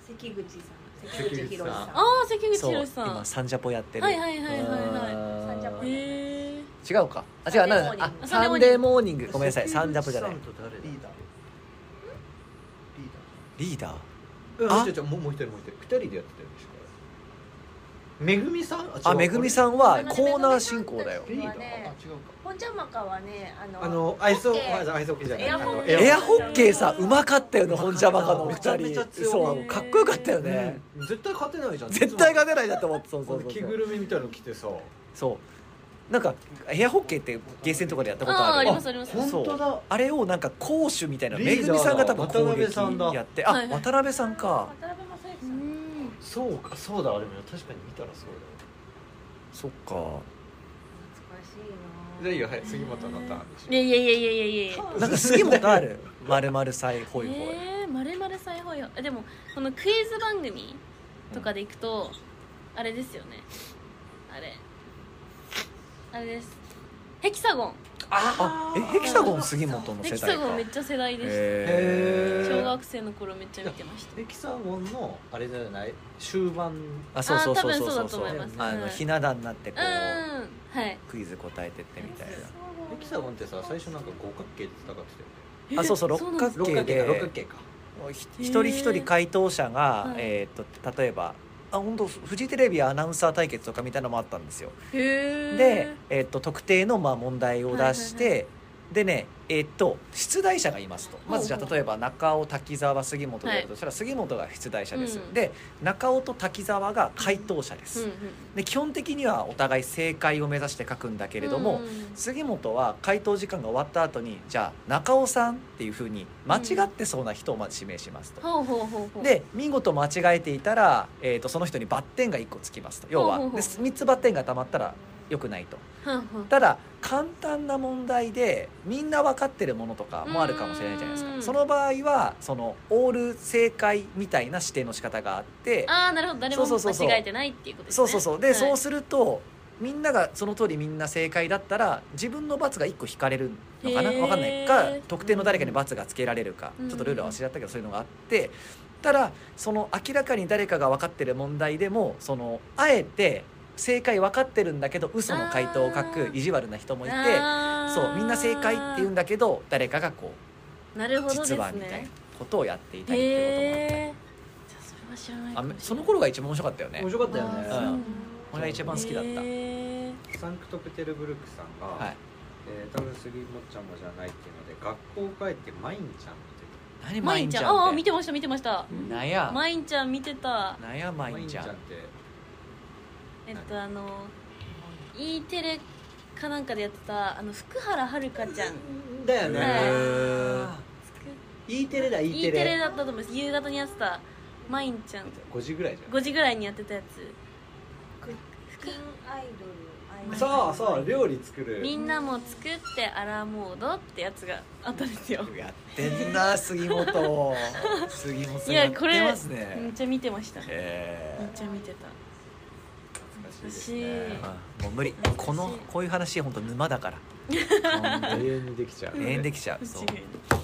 [SPEAKER 6] 関口さん関口博さん
[SPEAKER 1] ああ関口
[SPEAKER 2] そう
[SPEAKER 1] 宏さ
[SPEAKER 2] 今
[SPEAKER 1] ん
[SPEAKER 2] サンジャポやってる
[SPEAKER 1] はいはいはいはいはい
[SPEAKER 2] うん
[SPEAKER 6] サンジャポ
[SPEAKER 1] え
[SPEAKER 2] 違うかあ違うなんだあ
[SPEAKER 1] サ
[SPEAKER 2] サ
[SPEAKER 1] ン
[SPEAKER 2] ン
[SPEAKER 1] デ
[SPEAKER 2] デ
[SPEAKER 1] ー
[SPEAKER 2] ーモーニングごめんなさいサンジャ
[SPEAKER 3] プ
[SPEAKER 2] ポじゃない
[SPEAKER 4] リーダーリーダー
[SPEAKER 2] リーダー
[SPEAKER 5] あ、違う違うもうもう一人もう一人
[SPEAKER 3] 二人でやってるんでしょこれめぐみさん
[SPEAKER 2] あめぐみさ
[SPEAKER 3] ん
[SPEAKER 2] んはコーナー進行だよ
[SPEAKER 6] リーダ
[SPEAKER 4] あ違
[SPEAKER 6] ー
[SPEAKER 4] うか
[SPEAKER 6] 本ちゃまかはねあの
[SPEAKER 5] あのアイスホ
[SPEAKER 6] オッケー
[SPEAKER 5] アイスホッケーじゃない
[SPEAKER 6] エア
[SPEAKER 5] あ
[SPEAKER 6] ホッ
[SPEAKER 5] の
[SPEAKER 6] ケー
[SPEAKER 2] エアホッケーさうまかったよね本邪魔かのお二人
[SPEAKER 5] めちゃめちゃ強い
[SPEAKER 2] そうかっこよかったよね、
[SPEAKER 5] うん絶対勝てないじゃん
[SPEAKER 2] 絶対勝てないなと思ってそうそうそう
[SPEAKER 3] 着
[SPEAKER 2] そう
[SPEAKER 3] ぐるみみたいなの着てさ
[SPEAKER 2] そうなんかエアホッケーってゲーセンとかでやったことある
[SPEAKER 1] ああーありますあります
[SPEAKER 2] そ
[SPEAKER 5] 本
[SPEAKER 2] う
[SPEAKER 5] 当だ
[SPEAKER 2] あれをなんか攻守みたいな
[SPEAKER 5] リーダー
[SPEAKER 2] めぐ
[SPEAKER 5] だ
[SPEAKER 2] みさんが多分
[SPEAKER 5] 渡
[SPEAKER 2] 攻
[SPEAKER 5] 辺さんだ
[SPEAKER 2] 撃やって
[SPEAKER 1] は
[SPEAKER 2] あ
[SPEAKER 1] いはい
[SPEAKER 2] 渡辺さんか
[SPEAKER 6] 渡辺正
[SPEAKER 1] う
[SPEAKER 6] 行さん
[SPEAKER 1] ん
[SPEAKER 5] そうかそうだあれも確かに見たらそう
[SPEAKER 2] そっか
[SPEAKER 6] 懐かしい
[SPEAKER 5] だ
[SPEAKER 6] な
[SPEAKER 5] よいやはい杉本のターンでしょ
[SPEAKER 1] いやいやいやいやいやいや
[SPEAKER 2] なんか好きもあるまるまるさい ほいほい
[SPEAKER 1] ええー、まるまる再放よでもこのクイズ番組とかで行くと、あれですよねあれあれですヘキサゴン
[SPEAKER 2] あえヘキサゴン杉本の
[SPEAKER 1] ヘ
[SPEAKER 2] 世
[SPEAKER 1] キサ
[SPEAKER 2] 代
[SPEAKER 1] ゴン
[SPEAKER 2] か
[SPEAKER 1] めっちゃ世代でし
[SPEAKER 2] へ
[SPEAKER 1] た
[SPEAKER 2] ー
[SPEAKER 1] 小学生の頃めっちゃ見てました
[SPEAKER 3] エキサゴンのあれじゃない終盤
[SPEAKER 2] あそうそうそうそ
[SPEAKER 1] あ
[SPEAKER 2] う
[SPEAKER 1] ー多分そう
[SPEAKER 2] そ
[SPEAKER 1] だ
[SPEAKER 2] う
[SPEAKER 1] と
[SPEAKER 2] そう
[SPEAKER 1] 思います
[SPEAKER 2] あの
[SPEAKER 1] はい
[SPEAKER 2] ひな壇になってこ
[SPEAKER 1] う
[SPEAKER 2] う
[SPEAKER 1] ーんはい
[SPEAKER 2] クイズ答えてってみたいな
[SPEAKER 3] エキサゴンってさ最初なんか五角形で戦って
[SPEAKER 2] あそうそう
[SPEAKER 1] えそう
[SPEAKER 2] 六
[SPEAKER 1] なんです
[SPEAKER 2] 角
[SPEAKER 3] たよね
[SPEAKER 2] 形
[SPEAKER 3] 六角形か六角
[SPEAKER 2] で
[SPEAKER 3] 形か
[SPEAKER 2] ひ一人一人回答者が
[SPEAKER 1] はい
[SPEAKER 2] えーっと例えばあ本当フジテレビアナウンサー対決とかみたいなのもあったんですよ
[SPEAKER 1] へえ
[SPEAKER 2] で、えっと特定のまあ問題を出して、
[SPEAKER 1] はい
[SPEAKER 2] でねえっと出題者がいますとまずじゃ
[SPEAKER 1] ほう
[SPEAKER 2] あ
[SPEAKER 1] ほう
[SPEAKER 2] 例えば中尾滝沢杉本がいるとしたら、杉本が出題者です、
[SPEAKER 1] うん
[SPEAKER 2] で中尾と滝沢が回答者で
[SPEAKER 1] うん
[SPEAKER 2] す、
[SPEAKER 1] うん、
[SPEAKER 2] で基本的にはお互い正解を目指して書くんだけれども、
[SPEAKER 1] うん
[SPEAKER 2] 杉本は回答時間が終わった後にじゃあ中尾さんっていうふうに間違ってそうな人をまず指名しますと。
[SPEAKER 1] ほうほうほうほう
[SPEAKER 2] で見事間違えていたら、えー、とその人にバッテンが1個つきますと要は
[SPEAKER 1] ほうほうほう
[SPEAKER 2] 3つバッテンがたまったら良くないと
[SPEAKER 1] ふんふん
[SPEAKER 2] ただ簡単な問題でみんな分かってるものとかもあるかもしれないじゃないです
[SPEAKER 1] う
[SPEAKER 2] か
[SPEAKER 1] ん
[SPEAKER 2] その場合はそのオール正解みたいな指定の仕方があって
[SPEAKER 1] ああなるほど誰も
[SPEAKER 2] そうそうそうそう
[SPEAKER 1] 間違えてないっていうことです
[SPEAKER 2] そ
[SPEAKER 1] ね
[SPEAKER 2] うそうそうで、そう
[SPEAKER 1] す
[SPEAKER 2] するとみんながその通りみんな正解だったら自分の罰が1個引かれるのかな
[SPEAKER 1] へー
[SPEAKER 2] 分かんないか特定の誰かに罰がつけられるか、
[SPEAKER 1] うん
[SPEAKER 2] ちょっとルールは忘れちゃったけどそういうのがあってただその明らかに誰かが分かってる問題でもそのあえて正解分かってるんだけど嘘の回答を書く意地悪な人もいてそうみんな正解って言うんだけど誰かがこ
[SPEAKER 1] なるほ
[SPEAKER 2] う
[SPEAKER 1] どです
[SPEAKER 2] 実
[SPEAKER 1] ね
[SPEAKER 2] はみたいなことをやっていたりっていうこともあったり
[SPEAKER 1] へえじゃあそれは知らないか
[SPEAKER 2] あ
[SPEAKER 1] もしれ
[SPEAKER 2] め
[SPEAKER 1] ない
[SPEAKER 2] その頃が一番面白かったよね
[SPEAKER 5] 面白かったよ
[SPEAKER 1] あー
[SPEAKER 5] ね
[SPEAKER 1] そうなんだ
[SPEAKER 2] 俺が一番好きだった、
[SPEAKER 1] へー
[SPEAKER 3] サンクトペテルブルクさんが、
[SPEAKER 2] はい
[SPEAKER 3] えー、多分スリーもっちゃんもじゃないっていうので学校帰ってマインちゃん見てた
[SPEAKER 2] 何
[SPEAKER 1] ま
[SPEAKER 2] まい
[SPEAKER 1] い
[SPEAKER 2] ん
[SPEAKER 1] んち
[SPEAKER 2] ち
[SPEAKER 1] ゃん
[SPEAKER 2] ゃん
[SPEAKER 1] ああ
[SPEAKER 2] って
[SPEAKER 1] 見てました見てました
[SPEAKER 2] なんや
[SPEAKER 1] まいんちゃん見てた
[SPEAKER 2] なんやま
[SPEAKER 3] マイ
[SPEAKER 2] いん
[SPEAKER 3] ン
[SPEAKER 2] ち
[SPEAKER 3] ちゃ
[SPEAKER 2] ゃ
[SPEAKER 3] んっ
[SPEAKER 2] ん
[SPEAKER 3] て
[SPEAKER 1] えっとあの E テレかなんかでやってたあの福原遥ちゃん作
[SPEAKER 5] だよね、
[SPEAKER 1] は
[SPEAKER 5] E テレだ E テ
[SPEAKER 1] E
[SPEAKER 5] レ
[SPEAKER 1] テレだったと思います夕方にやってたまいんちゃん
[SPEAKER 3] 5時ぐらいじゃん
[SPEAKER 1] 5時ぐらいにやってたや
[SPEAKER 6] クッキンアイドルアイドル
[SPEAKER 5] そうそう料理作
[SPEAKER 1] つ
[SPEAKER 5] る
[SPEAKER 1] みんなも作ってアラモードってやつがあったんですよ
[SPEAKER 2] やってんな杉本杉本さん
[SPEAKER 1] いや
[SPEAKER 2] やって
[SPEAKER 1] これ
[SPEAKER 2] ます
[SPEAKER 1] めっ
[SPEAKER 2] ね
[SPEAKER 1] ちゃ見てましためっ
[SPEAKER 2] へ
[SPEAKER 1] ちゃ見てた
[SPEAKER 3] 懐かしいで
[SPEAKER 1] 私
[SPEAKER 3] す
[SPEAKER 2] えもう無理 このこういう話本当沼だから本当
[SPEAKER 3] 永
[SPEAKER 2] に
[SPEAKER 3] 遠にできちゃう
[SPEAKER 2] 永遠できちゃう
[SPEAKER 1] 不
[SPEAKER 2] そう
[SPEAKER 1] 思議